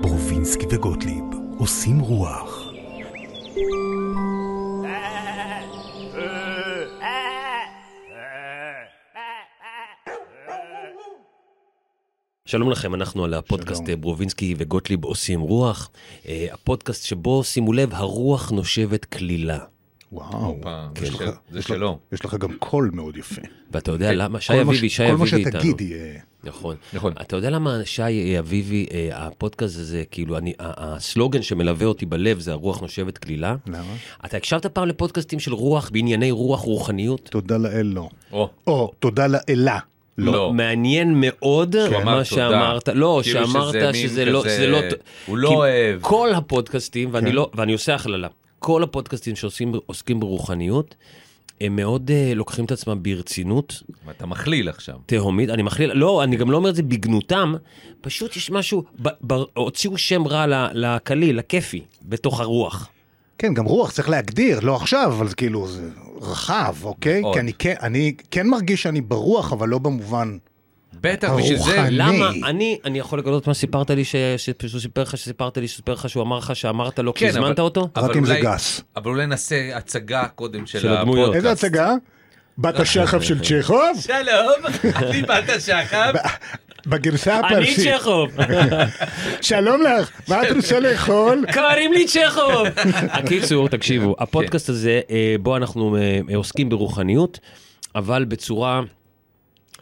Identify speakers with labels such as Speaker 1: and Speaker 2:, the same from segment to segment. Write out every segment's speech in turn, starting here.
Speaker 1: ברובינסקי וגוטליב עושים רוח.
Speaker 2: שלום לכם, אנחנו על הפודקאסט אה,
Speaker 3: שלום.
Speaker 2: ברובינסקי וגוטליב עושים רוח. אה, הפודקאסט שבו, שימו לב, הרוח נושבת כלילה.
Speaker 3: וואו,
Speaker 4: הופה,
Speaker 3: כן. יש
Speaker 4: זה
Speaker 3: לך-
Speaker 4: של- זה
Speaker 3: יש
Speaker 4: שלו.
Speaker 3: לך- יש לך גם קול מאוד יפה.
Speaker 2: ואתה יודע למה? שי
Speaker 3: כן, כל מה ש-
Speaker 2: אביבי, שי אביבי איתנו.
Speaker 3: כל מה שתגיד יהיה...
Speaker 2: נכון.
Speaker 4: נכון.
Speaker 2: אתה יודע למה, שי אביבי, אה, הפודקאסט הזה, כאילו, אני, ה- הסלוגן שמלווה אותי בלב זה הרוח נושבת כלילה?
Speaker 3: למה?
Speaker 2: אתה הקשבת פעם לפודקאסטים של רוח, בענייני רוח, רוחניות?
Speaker 3: תודה לאל לא.
Speaker 4: או,
Speaker 3: או, תודה לאלה.
Speaker 4: לא.
Speaker 2: מעניין מאוד
Speaker 4: הוא אמר
Speaker 2: מה
Speaker 4: תודה.
Speaker 2: שאמרת, לא,
Speaker 4: כאילו
Speaker 2: שאמרת
Speaker 4: שזה מין
Speaker 2: שזה לא,
Speaker 4: כזה-
Speaker 2: זה לא,
Speaker 4: הוא לא
Speaker 2: כי
Speaker 4: אוהב. כן.
Speaker 2: כל הפודקאסטים, ואני לא, ואני עושה הכללה, כל הפודקאסטים שעוסקים ברוחניות, הם מאוד אה, לוקחים את עצמם ברצינות
Speaker 4: אתה מכליל עכשיו.
Speaker 2: תהומית, אני מכליל, לא, אני גם לא אומר את זה בגנותם, פשוט יש משהו, ב, ב, הוציאו שם רע ל- לקליל, לכיפי, בתוך הרוח.
Speaker 3: כן, גם רוח צריך להגדיר, לא עכשיו, אבל כאילו זה רחב, אוקיי?
Speaker 4: מאוד.
Speaker 3: כי אני כן- אני כן מרגיש שאני ברוח, אבל לא במובן...
Speaker 4: בטח, בשביל זה...
Speaker 3: הרוחני.
Speaker 2: למה אני, אני יכול לגלות מה סיפרת לי, ש- ש- שהוא סיפר לך, שסיפרת לי, שסיפר לך, שהוא אמר לך, שאמרת לו, כי
Speaker 4: כן,
Speaker 2: הזמנת
Speaker 4: אבל-
Speaker 2: אותו?
Speaker 4: אבל
Speaker 3: רק אם זה
Speaker 4: אולי- לא
Speaker 3: גס.
Speaker 4: אבל אולי נעשה הצגה קודם של
Speaker 2: של הדמויות.
Speaker 4: הפודקאסט.
Speaker 3: איזה הצגה? בת השחף של צ'כוב?
Speaker 4: שלום, אני בת השחר.
Speaker 3: בגרסה
Speaker 2: אני
Speaker 3: הפרסית.
Speaker 2: צ'כוב,
Speaker 3: שלום לך, מה את רוצה לאכול?
Speaker 2: קוראים לי צ'כוב. הקיצור, תקשיבו,
Speaker 4: כן.
Speaker 2: הפודקאסט הזה, אה, בו אנחנו אה, עוסקים ברוחניות, אבל בצורה...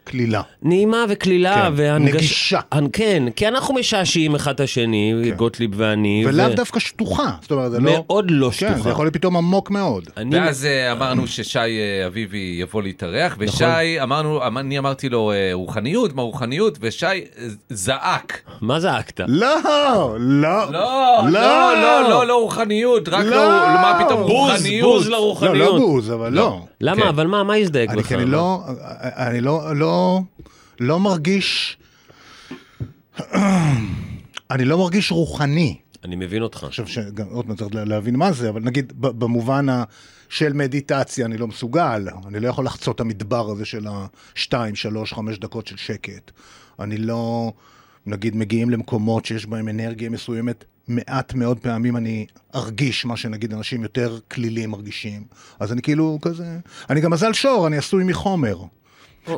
Speaker 3: קלילה.
Speaker 4: אה,
Speaker 2: נעימה וקלילה
Speaker 3: כן,
Speaker 2: והנגש-
Speaker 3: נגישה.
Speaker 2: הנ- כן, כי אנחנו משעשעים אחד את השני,
Speaker 4: כן.
Speaker 2: גוטליב ואני.
Speaker 3: ולאו
Speaker 2: ו-
Speaker 3: דווקא שטוחה. זאת אומרת, זה לא...
Speaker 2: מאוד לא
Speaker 3: כן, זה
Speaker 2: שטוחה.
Speaker 3: יכול להיות פתאום עמוק מאוד.
Speaker 2: אני-
Speaker 4: ואז אה, אמרנו ששי אה, אביבי יבוא להתארח,
Speaker 2: נכון.
Speaker 4: ושי, אמרנו, אמ- אני אמרתי לו אה, רוחניות, מה רוחניות, ושי אה, זעק.
Speaker 2: מה זעקת?
Speaker 3: לא, לא,
Speaker 4: לא, לא, לא, לא, לא רוחניות, רק
Speaker 3: לא.
Speaker 4: לא, מה פתאום
Speaker 2: בוז,
Speaker 4: רוחניות.
Speaker 2: בוז
Speaker 3: לא, לא
Speaker 2: לרוחניות.
Speaker 3: בוז, אבל לא.
Speaker 2: למה?
Speaker 4: כן.
Speaker 2: אבל מה, מה הזדייק
Speaker 3: אני
Speaker 2: בך?
Speaker 3: כי אני לא, אני לא, לא, לא מרגיש, אני לא מרגיש רוחני.
Speaker 2: אני מבין אותך.
Speaker 3: עכשיו שגם עוד מעט צריך להבין מה זה, אבל נגיד ב- במובן ה- של מדיטציה אני לא מסוגל, אני לא יכול לחצות את המדבר הזה של השתיים, שלוש, חמש דקות של שקט. אני לא, נגיד מגיעים למקומות שיש בהם אנרגיה מסוימת, מעט מאוד פעמים אני ארגיש מה שנגיד אנשים יותר כלילים מרגישים. אז אני כאילו כזה, אני גם מזל שור, אני עשוי מחומר.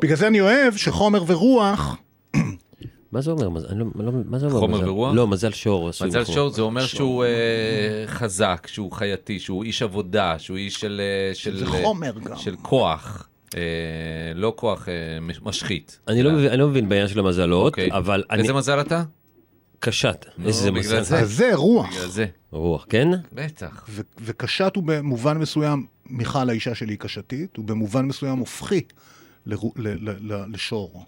Speaker 3: בגלל זה אני אוהב שחומר ורוח,
Speaker 2: מה זה אומר? מז- אני לא- לא- מה זה אומר?
Speaker 4: חומר
Speaker 2: מזל-
Speaker 4: ורוח?
Speaker 2: לא, מזל שור. עשוי
Speaker 4: מזל
Speaker 2: מחומר.
Speaker 4: שור זה אומר
Speaker 2: נכון.
Speaker 4: שהוא אה, חזק, שהוא חייתי, שהוא איש עבודה, שהוא איש של... אה, של
Speaker 3: זה
Speaker 4: אה,
Speaker 3: חומר גם.
Speaker 4: של כוח, אה, לא כוח אה, מש- משחית.
Speaker 2: אני לא מבין- אני לא מבין בעניין של המזלות,
Speaker 4: אה. אוקיי.
Speaker 2: אבל אני...
Speaker 4: איזה מזל אתה?
Speaker 2: קשת.
Speaker 4: נו,
Speaker 2: איזה
Speaker 4: בגלל
Speaker 2: מזל.
Speaker 4: זה.
Speaker 3: אז זה רוח.
Speaker 4: בגלל זה.
Speaker 2: רוח, כן?
Speaker 4: בטח.
Speaker 3: ו- וקשת הוא במובן מסוים, מיכל האישה שלי היא קשתית, הוא במובן מסוים הופכי לרו- ל- ל- ל- לשור.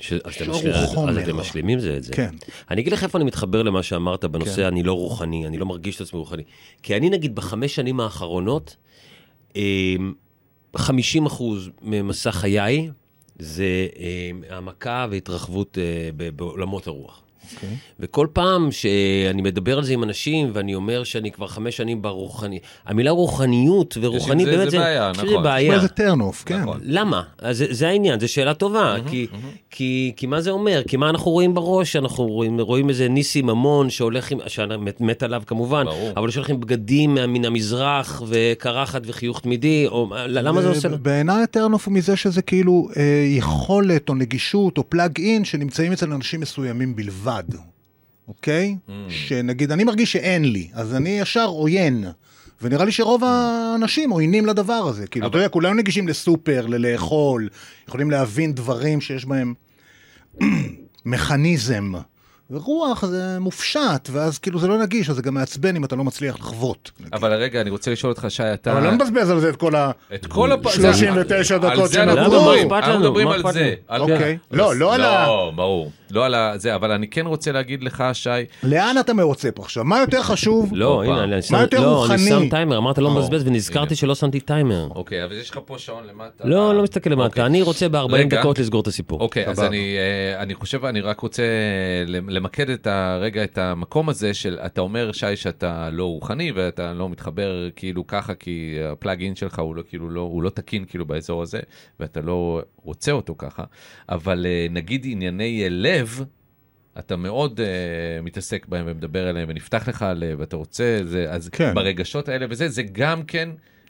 Speaker 2: ש- אז אתם
Speaker 3: שור
Speaker 2: משל-
Speaker 3: הוא
Speaker 2: אז- אז
Speaker 3: חומר.
Speaker 2: אתם משלימים זה את זה.
Speaker 3: כן.
Speaker 2: אני אגיד לך איפה אני מתחבר למה שאמרת בנושא אני לא רוחני, אני לא מרגיש את עצמי רוחני. כי אני נגיד בחמש שנים האחרונות, אמ, 50 אחוז ממסע חיי זה אמ, העמקה והתרחבות אה, ב- בעולמות הרוח.
Speaker 3: אוקיי.
Speaker 2: וכל פעם שאני מדבר על זה עם אנשים ואני אומר שאני כבר חמש שנים ברוחני, המילה רוחניות ורוחני
Speaker 4: זה- זה
Speaker 2: באמת
Speaker 4: בעיה,
Speaker 2: זה
Speaker 4: נכון.
Speaker 2: בעיה.
Speaker 3: מה זה טרנוף, כן.
Speaker 4: נכון.
Speaker 2: למה? אז זה, זה העניין, זו שאלה טובה, כי, כי, כי מה זה אומר? כי מה אנחנו רואים בראש? אנחנו רואים, רואים איזה ניסי ממון שהולך עם, שמת מת עליו כמובן,
Speaker 4: ברור.
Speaker 2: אבל שהולך עם בגדים מה- מן המזרח וקרחת וחיוך תמידי, או אה, למה זה
Speaker 3: ו-
Speaker 2: עושה?
Speaker 3: אה, בעיניי הטרנוף הוא מזה שזה כאילו אה, יכולת או נגישות או פלאג אין שנמצאים אצל אנשים מסוימים בלבד, אוקיי?
Speaker 2: Mm.
Speaker 3: שנגיד, אני מרגיש שאין לי, אז אני ישר עוין. ונראה לי שרוב האנשים עוינים לדבר הזה. כאילו, אתה יודע, כולם נגישים לסופר, ללאכול, יכולים להבין דברים שיש בהם מכניזם. ורוח זה מופשט, ואז כאילו זה לא נגיש, אז זה גם מעצבן אם אתה לא מצליח לחוות.
Speaker 4: אבל רגע, אני רוצה לשאול אותך, שי, אתה...
Speaker 3: אבל לא נבזבז על זה את כל ה...
Speaker 4: את כל הפ...
Speaker 3: 39
Speaker 4: זה-
Speaker 3: דקות
Speaker 4: על זה
Speaker 3: שנותרו.
Speaker 4: אנחנו מדברים,
Speaker 2: למה? מה
Speaker 4: אנחנו מדברים
Speaker 2: אכפת
Speaker 4: על
Speaker 2: לנו?
Speaker 4: זה.
Speaker 2: מה
Speaker 4: על-
Speaker 3: אוקיי. לא, לא על ה-
Speaker 4: לא, ברור. לא על ה... זה, אבל אני כן רוצה להגיד לך, שי,
Speaker 3: לאן אתה מרוצה פה עכשיו? מה יותר חשוב?
Speaker 2: לא,
Speaker 4: הופה.
Speaker 2: הנה, אני שם-
Speaker 3: יותר
Speaker 2: לא, אני
Speaker 3: רוחני?
Speaker 2: שם טיימר, אמרת לא
Speaker 3: או,
Speaker 2: מבזבז,
Speaker 4: הנה.
Speaker 2: ונזכרתי שלא שמתי טיימר.
Speaker 4: אוקיי, אבל יש לך פה שעון למטה.
Speaker 2: לא, לא מסתכל למטה,
Speaker 4: אוקיי.
Speaker 2: אני רוצה ב-40
Speaker 4: רגע.
Speaker 2: דקות לסגור את הסיפור.
Speaker 4: אוקיי, אז
Speaker 3: סבבה.
Speaker 4: אני, אה, אני חושב, אני רק רוצה למקד את הרגע, את המקום הזה של, אתה אומר, שי, שאתה לא רוחני ואתה לא מתחבר כאילו ככה, כי הפלאג-אין שלך הוא לא, כאילו, לא, הוא לא תקין כאילו באזור הזה, ואתה לא רוצה אותו ככה, אבל אה, נגיד ענייני אה, לב, אתה מאוד uh, מתעסק בהם ומדבר אליהם, ונפתח לך הלב, אתה רוצה, זה, אז כן.
Speaker 3: כן.
Speaker 4: ברגשות האלה וזה, זה גם כן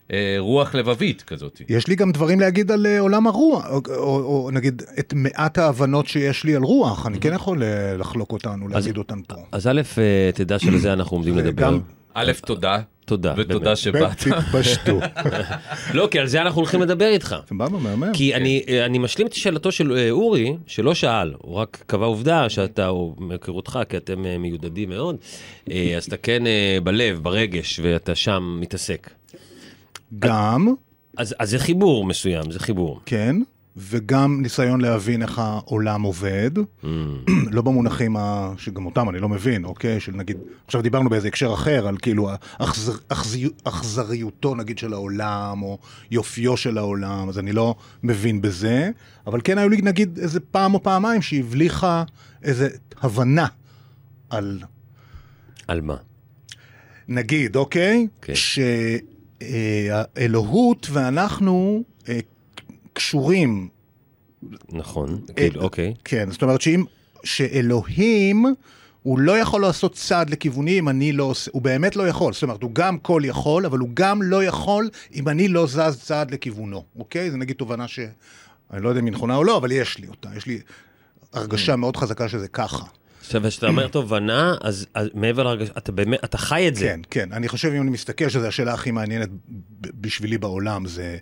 Speaker 4: uh, רוח לבבית כזאת.
Speaker 3: יש לי גם דברים להגיד על אה, עולם הרוח, או, או, או נגיד את מעט ההבנות שיש לי על רוח, אני כן יכול אה, לחלוק אותן או להגיד אותן פה.
Speaker 2: אז א', אה, תדע שלזה אנחנו עומדים לדבר.
Speaker 3: גם-
Speaker 4: א', תודה.
Speaker 3: אה,
Speaker 2: תודה,
Speaker 4: ותודה
Speaker 2: באמת.
Speaker 4: שבאת.
Speaker 3: תתפשטו.
Speaker 2: לא, כי על זה אנחנו הולכים לדבר איתך.
Speaker 3: סבבה, מהמם.
Speaker 2: כי אני, אה, אני משלים את שאלתו של אה, אורי, שלא שאל, הוא רק קבע עובדה שאתה, או מהיכרותך, כי אתם אה, מיודדים מאוד, אה, אז אתה כן אה, בלב, ברגש, ואתה שם מתעסק.
Speaker 3: גם,
Speaker 2: אז, אז זה חיבור מסוים, זה חיבור.
Speaker 3: כן, וגם ניסיון להבין איך העולם עובד,
Speaker 2: Mm.
Speaker 3: לא במונחים ה... שגם אותם אני לא מבין, אוקיי? של נגיד, עכשיו דיברנו באיזה הקשר אחר, על כאילו האכזר- אכזי- אכזריותו נגיד של העולם, או יופיו של העולם, אז אני לא מבין בזה, אבל כן היו לי נגיד איזה פעם או פעמיים שהבליחה איזה הבנה על
Speaker 2: על מה?
Speaker 3: נגיד, אוקיי?
Speaker 2: כן.
Speaker 3: שהאלוהות ואנחנו אה, קשורים.
Speaker 2: נכון, כאילו, אוקיי.
Speaker 3: כן, זאת אומרת שאם, שאלוהים, הוא לא יכול לעשות צעד לכיווני אם אני לא עושה, הוא באמת לא יכול. זאת אומרת, הוא גם כל יכול, אבל הוא גם לא יכול אם אני לא זז צעד לכיוונו, אוקיי? זה נגיד תובנה ש... אני לא יודע אם היא נכונה או לא, אבל יש לי אותה. יש לי הרגשה מאוד חזקה שזה ככה.
Speaker 2: עכשיו, כשאתה אומר תובנה, אז, אז מעבר להרגשה, אתה באמת, אתה חי את זה.
Speaker 3: כן, כן. אני חושב, אם אני מסתכל, שזו השאלה הכי מעניינת ב- בשבילי בעולם, זה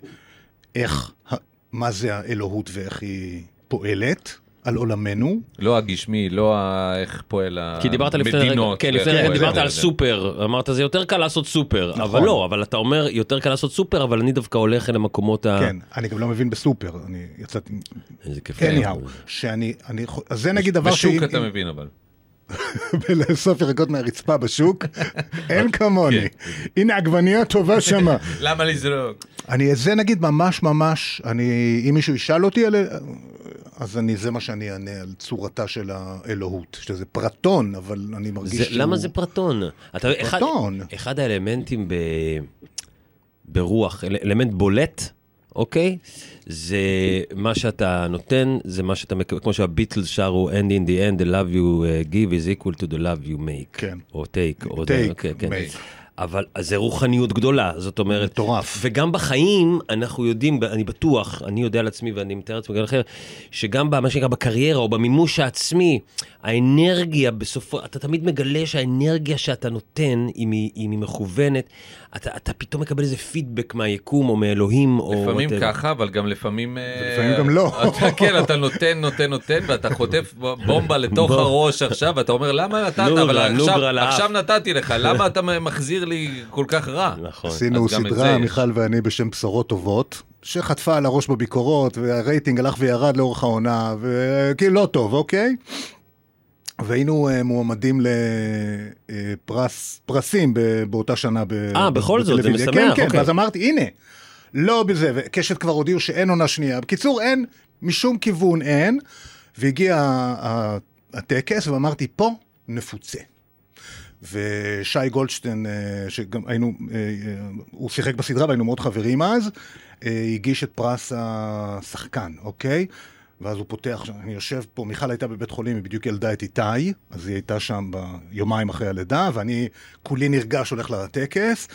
Speaker 3: איך, ה- מה זה האלוהות ואיך היא פועלת על עולמנו.
Speaker 4: לא הגשמי, לא ה- איך פועל המדינות.
Speaker 2: כי דיברת לפני רגע, כן, לפני
Speaker 4: ואיך
Speaker 2: רגע
Speaker 4: פועל
Speaker 2: דיברת
Speaker 4: זה.
Speaker 2: על סופר, אמרת זה יותר קל לעשות סופר, אבל
Speaker 3: נכון.
Speaker 2: לא, אבל אתה אומר יותר קל לעשות סופר, אבל אני דווקא הולך אל המקומות ה...
Speaker 3: כן, אני גם לא מבין בסופר, אני יצאתי...
Speaker 2: איזה כיף.
Speaker 3: anyhow, שאני, אני, חו- אז זה נגיד דבר
Speaker 4: בשוק
Speaker 3: שאם-
Speaker 4: אתה מבין אבל.
Speaker 3: לאסוף ירקות מהרצפה בשוק, אין כמוני. הנה עגבנייה טובה שמה.
Speaker 4: למה לזרוק?
Speaker 3: אני, זה נגיד ממש ממש, אני, אם מישהו ישאל אותי, על, אז אני, זה מה שאני אענה על צורתה של האלוהות, שזה פרטון, אבל אני מרגיש
Speaker 2: זה,
Speaker 3: שהוא...
Speaker 2: למה זה פרטון? אתה, אחד,
Speaker 3: פרטון.
Speaker 2: אחד האלמנטים ב, ברוח, אל, אלמנט בולט, אוקיי? זה מה שאתה נותן, זה מה שאתה מקבל, כמו שהביטלס שרו, And in the end, the love you uh, give is equal to the love you make.
Speaker 3: כן.
Speaker 2: או take. או
Speaker 3: Take,
Speaker 2: אוקיי, כן.
Speaker 3: make.
Speaker 2: אבל אז זה רוחניות גדולה, זאת אומרת...
Speaker 3: מטורף.
Speaker 2: וגם בחיים אנחנו יודעים, אני בטוח, אני יודע על עצמי ואני מתאר לעצמי גם אחר, שגם במה שנקרא בקריירה או במימוש העצמי, האנרגיה בסופו, אתה תמיד מגלה שהאנרגיה שאתה נותן, אם היא, אם היא מכוונת, אתה, אתה פתאום מקבל איזה פידבק מהיקום או מאלוהים או...
Speaker 4: לפעמים
Speaker 2: whatever.
Speaker 4: ככה, אבל גם לפעמים... אה,
Speaker 3: ולפעמים גם לא.
Speaker 4: אתה- כן, אתה נותן, נותן, נותן, ואתה חוטף בומבה לתוך
Speaker 2: בוא.
Speaker 4: הראש עכשיו, ואתה אומר, למה נתת?
Speaker 2: נוגרה,
Speaker 4: אבל עכשיו-
Speaker 2: נוגרה לאף."
Speaker 4: עכשיו נתתי לך, למה אתה מחזיר לי כל כך רע?
Speaker 2: נכון.
Speaker 3: עשינו
Speaker 4: אז גם את זה
Speaker 3: סדרה,
Speaker 4: יש.
Speaker 3: מיכל ואני, בשם בשורות טובות, שחטפה על הראש בביקורות, והרייטינג הלך וירד לאורך העונה, וכאילו לא טוב, אוקיי? והיינו אה, מועמדים לפרסים באותה שנה. ב-
Speaker 2: אה, בכל זאת, זה
Speaker 3: בטלוויזיה.
Speaker 2: משמח,
Speaker 3: כן, כן,
Speaker 2: אוקיי.
Speaker 3: ואז אמרתי, הנה, לא בזה, וקשת כבר הודיעו שאין עונה שנייה. בקיצור, אין, משום כיוון אין, והגיע ה- ה- הטקס, ואמרתי, פה נפוצה. ושי גולדשטיין, אה, שגם היינו, אה, אה, הוא שיחק בסדרה והיינו מאוד חברים אז, אה, הגיש את פרס השחקן, אוקיי? ואז הוא פותח, שם, אני יושב פה, מיכל הייתה בבית חולים, היא בדיוק ילדה את איתי, אז היא הייתה שם ביומיים אחרי הלידה, ואני כולי נרגש הולך לטקס,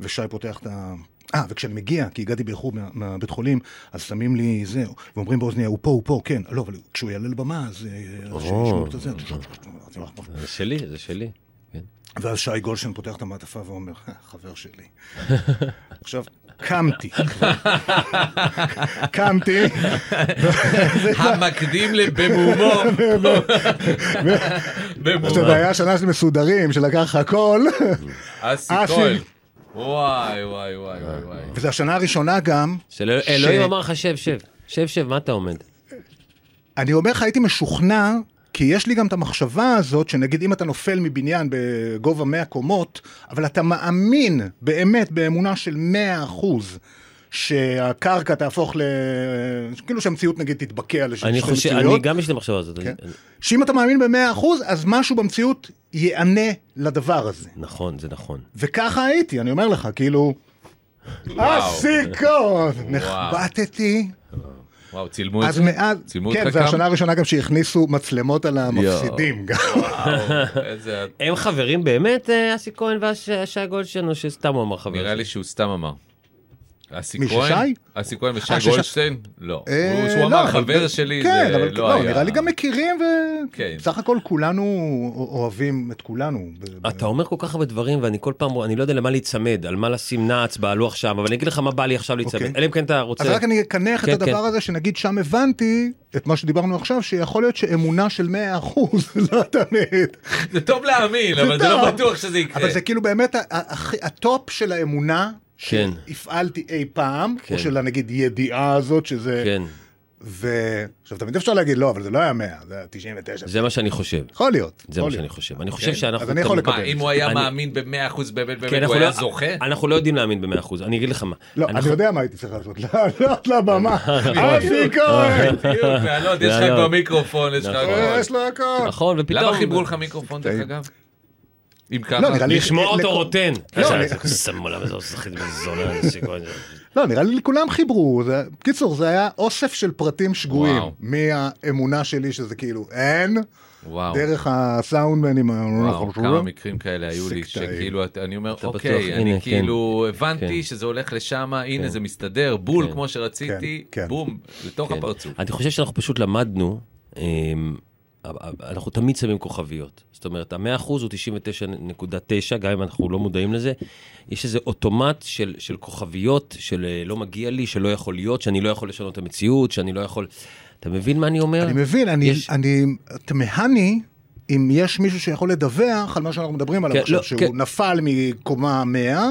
Speaker 3: ושי פותח את ה... אה, וכשאני מגיע, כי הגעתי באיחור מה, מהבית חולים, אז שמים לי זה, ואומרים באוזניה, הוא פה, הוא פה, כן. לא, אבל כשהוא יעלה לבמה, אז... אה, אז שישמעו את זה.
Speaker 2: זה שלי, זה שלי. כן.
Speaker 3: ואז שי גולדשטיין פותח את המעטפה ואומר, "אה, חבר שלי. עכשיו, קמתי. קמתי,
Speaker 4: המקדים לבמומו.
Speaker 3: עכשיו,
Speaker 4: במומו.
Speaker 3: זה היה שנה של מסודרים, שלקח הכל,
Speaker 4: אסי
Speaker 3: אסי.
Speaker 4: כהן. וואי, וואי, וואי, וואי, וואי.
Speaker 3: וזו השנה הראשונה גם,
Speaker 2: של... אלוהים אמר לך, שב, שב. שב, שב, מה אתה עומד?
Speaker 3: אני אומר לך, הייתי משוכנע, כי כי יש לי גם את המחשבה הזאת, שנגיד אם אתה נופל מבניין בגובה 100 קומות, אבל אתה מאמין באמת, באמונה של 100 אחוז, שהקרקע תהפוך ל... כאילו שהמציאות נגיד תתבקע לשתי
Speaker 2: אני חושב, אני גם יש לי מחשבה הזאת. אני-
Speaker 3: כן.
Speaker 2: אני-
Speaker 3: שאם אתה מאמין ב-100 אחוז, אז משהו במציאות ייענה לדבר הזה.
Speaker 2: נכון, זה נכון.
Speaker 3: וככה הייתי, אני אומר לך, כאילו... הסיכון! נחבטתי.
Speaker 4: וואו, צילמו את
Speaker 3: אז
Speaker 4: זה?
Speaker 3: מאז,
Speaker 4: צילמו את
Speaker 3: כן,
Speaker 4: חלקם?
Speaker 3: זו השנה הראשונה גם שהכניסו מצלמות על המפסידים גם.
Speaker 4: וואו, איזה...
Speaker 2: הם חברים באמת, אה, אסי כהן והשי גולדשטיין, או שסתם הוא אמר חבר?
Speaker 4: נראה לי שהוא סתם אמר. אסי
Speaker 3: מי,
Speaker 4: כהן?
Speaker 3: ששי?
Speaker 4: אסי כהן ושי
Speaker 3: אה, ששי-
Speaker 4: גולדשטיין? לא.
Speaker 3: אה,
Speaker 4: הוא- שהוא
Speaker 3: לא,
Speaker 4: אמר
Speaker 3: אבל-
Speaker 4: חבר שלי,
Speaker 3: כן,
Speaker 4: זה
Speaker 3: אבל
Speaker 4: לא היה.
Speaker 3: נראה לי גם מכירים,
Speaker 4: כן.
Speaker 3: ובסך הכל כולנו אוהבים את כולנו. ב- ב-
Speaker 2: אתה אומר כל כך הרבה דברים, ואני כל פעם, אני לא יודע למה להיצמד, על מה לשים נעץ בלוח שם, אבל אני אגיד לך מה בא לי עכשיו להיצמד.
Speaker 3: אוקיי.
Speaker 2: אלא אם כן אתה
Speaker 3: אז
Speaker 2: רוצה...
Speaker 3: רק אני אקנח את
Speaker 2: כן, כן.
Speaker 3: הדבר הזה, שנגיד שם הבנתי את מה שדיברנו עכשיו, שיכול להיות שאמונה של 100% לא תמיד.
Speaker 4: זה טוב להאמין, אבל זה
Speaker 3: טוב.
Speaker 4: לא בטוח שזה יקרה.
Speaker 3: אבל זה כאילו באמת ה- ה- הכי- הטופ של האמונה.
Speaker 2: כן.
Speaker 3: שהפעלתי אי פעם,
Speaker 2: כן.
Speaker 3: או של הנגיד ידיעה הזאת, שזה...
Speaker 2: כן,
Speaker 3: ו... עכשיו, תמיד אפשר להגיד, לא, אבל זה לא היה 100, זה היה 99.
Speaker 2: זה מה שאני חושב.
Speaker 3: יכול להיות.
Speaker 2: זה
Speaker 3: יכול
Speaker 2: מה שאני
Speaker 3: להיות. אוקיי,
Speaker 2: חושב. אני חושב שאנחנו...
Speaker 3: אז אני יכול
Speaker 2: תמיד-
Speaker 3: לקבל.
Speaker 4: מה, אם הוא היה
Speaker 2: אני-
Speaker 4: מאמין ב-100%
Speaker 2: כן,
Speaker 4: באמת, באמת הוא
Speaker 2: אנחנו
Speaker 4: היה
Speaker 2: לא-
Speaker 4: זוכה?
Speaker 2: אנחנו לא יודעים להאמין ב-100%, אני אגיד לך מה.
Speaker 3: לא, אני
Speaker 2: אנחנו- אה, נכון.
Speaker 3: יודע מה הייתי צריך לעשות, לא, לעלות לבמה. אסי כהן!
Speaker 4: בדיוק, ואלון, יש לך
Speaker 2: ואלון.
Speaker 4: כבר מיקרופון, יש לך כבר...
Speaker 3: אה, יש לו הכל.
Speaker 2: נכון, ופתאום...
Speaker 4: למה חיברו לך מיקרופון, דרך אגב? אם ככה,
Speaker 3: נראה לי-
Speaker 2: לשמוע
Speaker 3: לכ-
Speaker 2: אותו רוטן.
Speaker 3: לא,
Speaker 2: זה-
Speaker 3: אני-
Speaker 2: זה- שמאלה, וזה עושה חצי בן זונה, אסי כהן.
Speaker 3: לא, נראה לי לכולם חיברו. זה- בקיצור, זה היה אוסף של פרטים שגויים.
Speaker 4: וואו.
Speaker 3: מהאמונה שלי שזה כאילו אין,
Speaker 4: וואו.
Speaker 3: דרך הסאונדמנים. לא ה-
Speaker 4: וואו, כמה מקרים כאלה היו לי,
Speaker 3: סקטאים.
Speaker 4: שכאילו, את- אני אומר,
Speaker 2: בטוח,
Speaker 4: אוקיי,
Speaker 2: הנה,
Speaker 4: אני
Speaker 2: כן.
Speaker 4: כאילו הבנתי
Speaker 2: כן.
Speaker 4: שזה הולך לשם, הנה זה מסתדר, בול כמו שרציתי,
Speaker 3: כן, כן.
Speaker 4: בום, לתוך
Speaker 2: כן.
Speaker 4: הפרצוף.
Speaker 2: אני חושב שאנחנו פשוט למדנו, אמ, אנחנו תמיד שמים כוכביות. זאת אומרת, המאה אחוז הוא 99.9, גם אם אנחנו לא מודעים לזה. יש איזה אוטומט של, של כוכביות, של אה, לא מגיע לי, שלא יכול להיות, שאני לא יכול לשנות את המציאות, שאני לא יכול... אתה מבין מה אני אומר?
Speaker 3: אני מבין, אני,
Speaker 2: כן. יש-
Speaker 3: אני תמהני אם יש מישהו שיכול לדווח על מה שאנחנו מדברים עליו
Speaker 2: כן,
Speaker 3: עכשיו,
Speaker 2: לא,
Speaker 3: שהוא
Speaker 2: כן.
Speaker 3: נפל מקומה 100,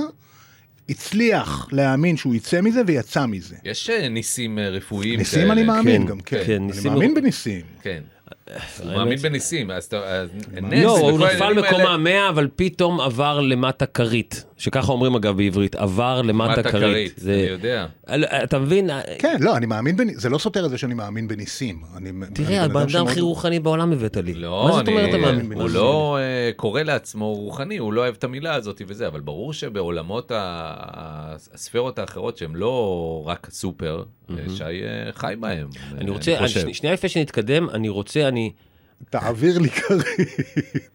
Speaker 3: הצליח להאמין שהוא יצא מזה ויצא מזה.
Speaker 4: יש אה, ניסים אה, רפואיים
Speaker 3: ניסים
Speaker 4: כאלה.
Speaker 3: אני מאמין
Speaker 2: כן,
Speaker 3: גם, כן.
Speaker 2: כן,
Speaker 3: אני
Speaker 2: ניסים
Speaker 3: מאמין
Speaker 2: לא-
Speaker 3: בניסים.
Speaker 4: כן. הוא
Speaker 2: אה, האמת-
Speaker 4: מאמין בניסים, אז אתה... אז נס,
Speaker 2: לא,
Speaker 4: וכל
Speaker 2: הוא נפל
Speaker 4: העניינים
Speaker 2: מקומה
Speaker 4: האלה.
Speaker 2: 100, אבל פתאום עבר למטה כרית. שככה אומרים אגב בעברית, עבר למטה
Speaker 4: מטה
Speaker 2: כרית.
Speaker 4: כרית,
Speaker 2: זה-
Speaker 4: אני יודע.
Speaker 2: אל- אתה מבין?
Speaker 3: כן, לא, אני מאמין בניסים, זה לא סותר את זה שאני מאמין בניסים. אני- אני
Speaker 2: תראה,
Speaker 3: בן אדם
Speaker 2: הבן אדם
Speaker 3: שמאוד-
Speaker 2: הכי רוחני בעולם הבאת לי. מה
Speaker 4: לא,
Speaker 2: זאת אומרת
Speaker 4: אני,
Speaker 2: אתה מאמין?
Speaker 4: הוא לא אה, קורא לעצמו רוחני, הוא לא אוהב את המילה הזאת וזה, אבל ברור שבעולמות ה- ה- הספירות האחרות שהם לא רק הסופר, אה, שי אה, חי בהם.
Speaker 2: אני רוצה, אני-
Speaker 4: חושב.
Speaker 2: שני- שנייה לפני שנתקדם, אני רוצה, אני...
Speaker 3: תעביר לי כרית.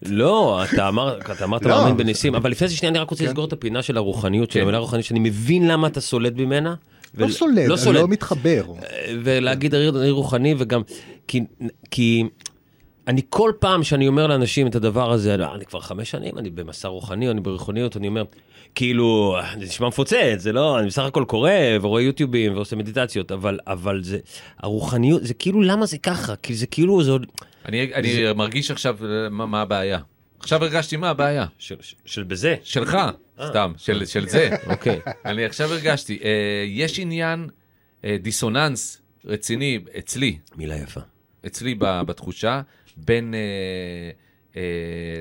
Speaker 2: לא, אתה אמר- אתה אמרת
Speaker 3: לא.
Speaker 2: מאמין בניסים, אבל לפני זה שנייה אני רק רוצה לסגור את הפינה של הרוחניות, של המילה הרוחנית, שאני מבין למה אתה סולד ממנה.
Speaker 3: לא
Speaker 2: ול-
Speaker 3: סולד, אני
Speaker 2: סולד. אה,
Speaker 3: לא מתחבר.
Speaker 2: ולהגיד אני אני רוחני וגם כי כי אני כל פעם שאני אומר לאנשים את הדבר הזה "לא, אני כבר חמש שנים אני במסע רוחני אני ברוחניות אני אומר כאילו "אה, זה נשמע מפוצץ זה לא אני בסך הכל קורא ורואה יוטיובים ועושה מדיטציות אבל אבל זה הרוחניות זה כאילו למה זה ככה כי זה כאילו זה עוד
Speaker 4: אני, אני מרגיש עכשיו אה, מה, מה הבעיה. עכשיו הרגשתי מה הבעיה.
Speaker 2: של, של, של בזה
Speaker 4: שלך, סתם, של, של זה.
Speaker 2: אוקיי
Speaker 4: אני עכשיו הרגשתי, אה, יש עניין, אה, דיסוננס רציני אצלי,
Speaker 2: מילה יפה
Speaker 4: אצלי ב- בתחושה, בין אה, אה,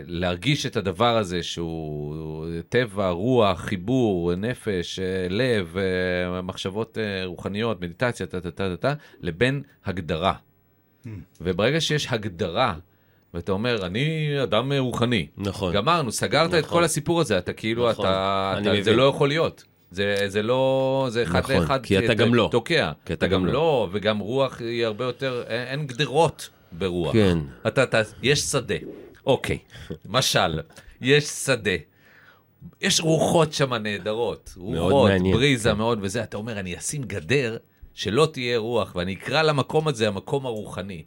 Speaker 4: להרגיש את הדבר הזה שהוא טבע, רוח, חיבור, נפש, אה, לב, אה, מחשבות אה, רוחניות, מדיטציה, טה טה טה טה טה, לבין הגדרה. וברגע שיש הגדרה, ואתה אומר, אני אדם אה, רוחני.
Speaker 2: נכון
Speaker 4: גמרנו, סגרת את
Speaker 2: נכון.
Speaker 4: כל הסיפור הזה, אתה כאילו,
Speaker 2: נכון,
Speaker 4: אתה,
Speaker 2: אני
Speaker 4: אתה זה
Speaker 2: מבין.
Speaker 4: לא יכול להיות. זה, זה לא, זה אחד
Speaker 2: נכון,
Speaker 4: לאחד
Speaker 2: כי אתה
Speaker 4: ת-
Speaker 2: גם לא.
Speaker 4: תוקע.
Speaker 2: כי אתה גם לא.
Speaker 4: וגם רוח היא הרבה יותר, אין, אין גדרות ברוח.
Speaker 2: כן.
Speaker 4: אתה, אתה, יש שדה, אוקיי, משל, יש שדה. יש רוחות שם נהדרות, רוחות,
Speaker 2: מעניין, כן.
Speaker 4: בריזה מאוד וזה, אתה אומר, אני אשים גדר שלא תהיה רוח, ואני אקרא למקום הזה המקום הרוחני.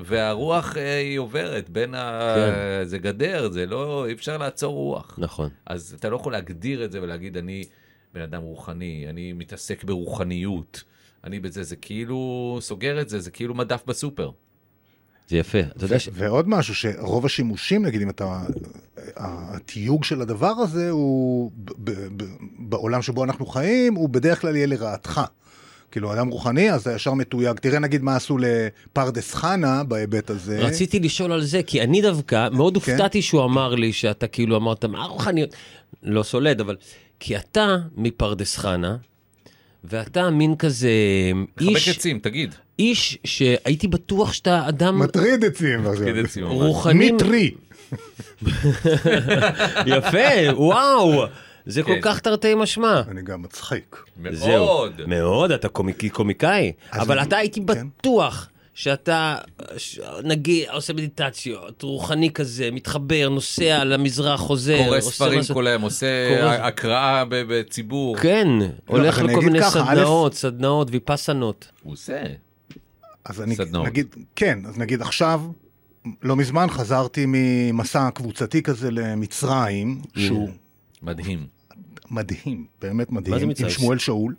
Speaker 4: והרוח אה, היא עוברת בין ה...
Speaker 2: כן.
Speaker 4: זה גדר, זה לא... אי אפשר לעצור רוח.
Speaker 2: נכון
Speaker 4: אז אתה לא יכול להגדיר את זה ולהגיד, אני בן אדם רוחני, אני מתעסק ברוחניות, אני בזה, זה כאילו סוגר את זה, זה כאילו מדף בסופר.
Speaker 2: זה יפה אתה יודע ש...
Speaker 3: ועוד משהו שרוב השימושים נגיד אם אתה התיוג של הדבר הזה הוא ב- ב- ב- בעולם שבו אנחנו חיים הוא בדרך כלל יהיה לרעתך. כאילו, אדם רוחני, אז אתה ישר מתויג. תראה נגיד מה עשו לפרדס חנה בהיבט הזה.
Speaker 2: רציתי לשאול על זה, כי אני דווקא מאוד
Speaker 3: כן.
Speaker 2: הופתעתי שהוא אמר לי שאתה כאילו אמרת, מה רוחניות? לא סולד, אבל... כי אתה מפרדס חנה, ואתה מין כזה
Speaker 4: חבק
Speaker 2: איש, כן.
Speaker 4: עצים, תגיד.
Speaker 2: איש שהייתי בטוח שאתה אדם
Speaker 3: מטריד עצים. מה זה?
Speaker 4: תגיד עצים, ממש.
Speaker 2: רוחני...
Speaker 3: מיטרי.
Speaker 2: יפה, וואו. זה כל
Speaker 4: כן.
Speaker 2: כך תרתי משמע.
Speaker 3: אני גם מצחיק.
Speaker 2: זהו.
Speaker 4: מאוד.
Speaker 2: מאוד, אתה קומיקי, קומיקאי.
Speaker 3: אז
Speaker 2: אבל
Speaker 3: אני-
Speaker 2: אתה הייתי
Speaker 3: כן.
Speaker 2: בטוח שאתה, ש- נגיד, עושה מדיטציות, רוחני כזה, מתחבר, נוסע למזרח, חוזר.
Speaker 4: קורא
Speaker 2: עושה
Speaker 4: ספרים
Speaker 2: משהו-
Speaker 4: כולם, עושה
Speaker 2: קורא-
Speaker 4: הקראה ב- בציבור.
Speaker 2: כן, הולך
Speaker 3: אז לא, אני
Speaker 2: לכל
Speaker 3: אגיד
Speaker 2: מיני
Speaker 3: ככה, א',
Speaker 2: סדנאות, סדנאות, ויפאסנות.
Speaker 4: הוא עושה.
Speaker 3: אז אני,
Speaker 4: סדנאות.
Speaker 3: נגיד, כן, אז נגיד עכשיו, לא מזמן חזרתי ממסע קבוצתי כזה למצרים, שהוא
Speaker 4: מדהים.
Speaker 3: מדהים, באמת מדהים,
Speaker 2: מה זה מצרים?
Speaker 3: עם שמואל שאול,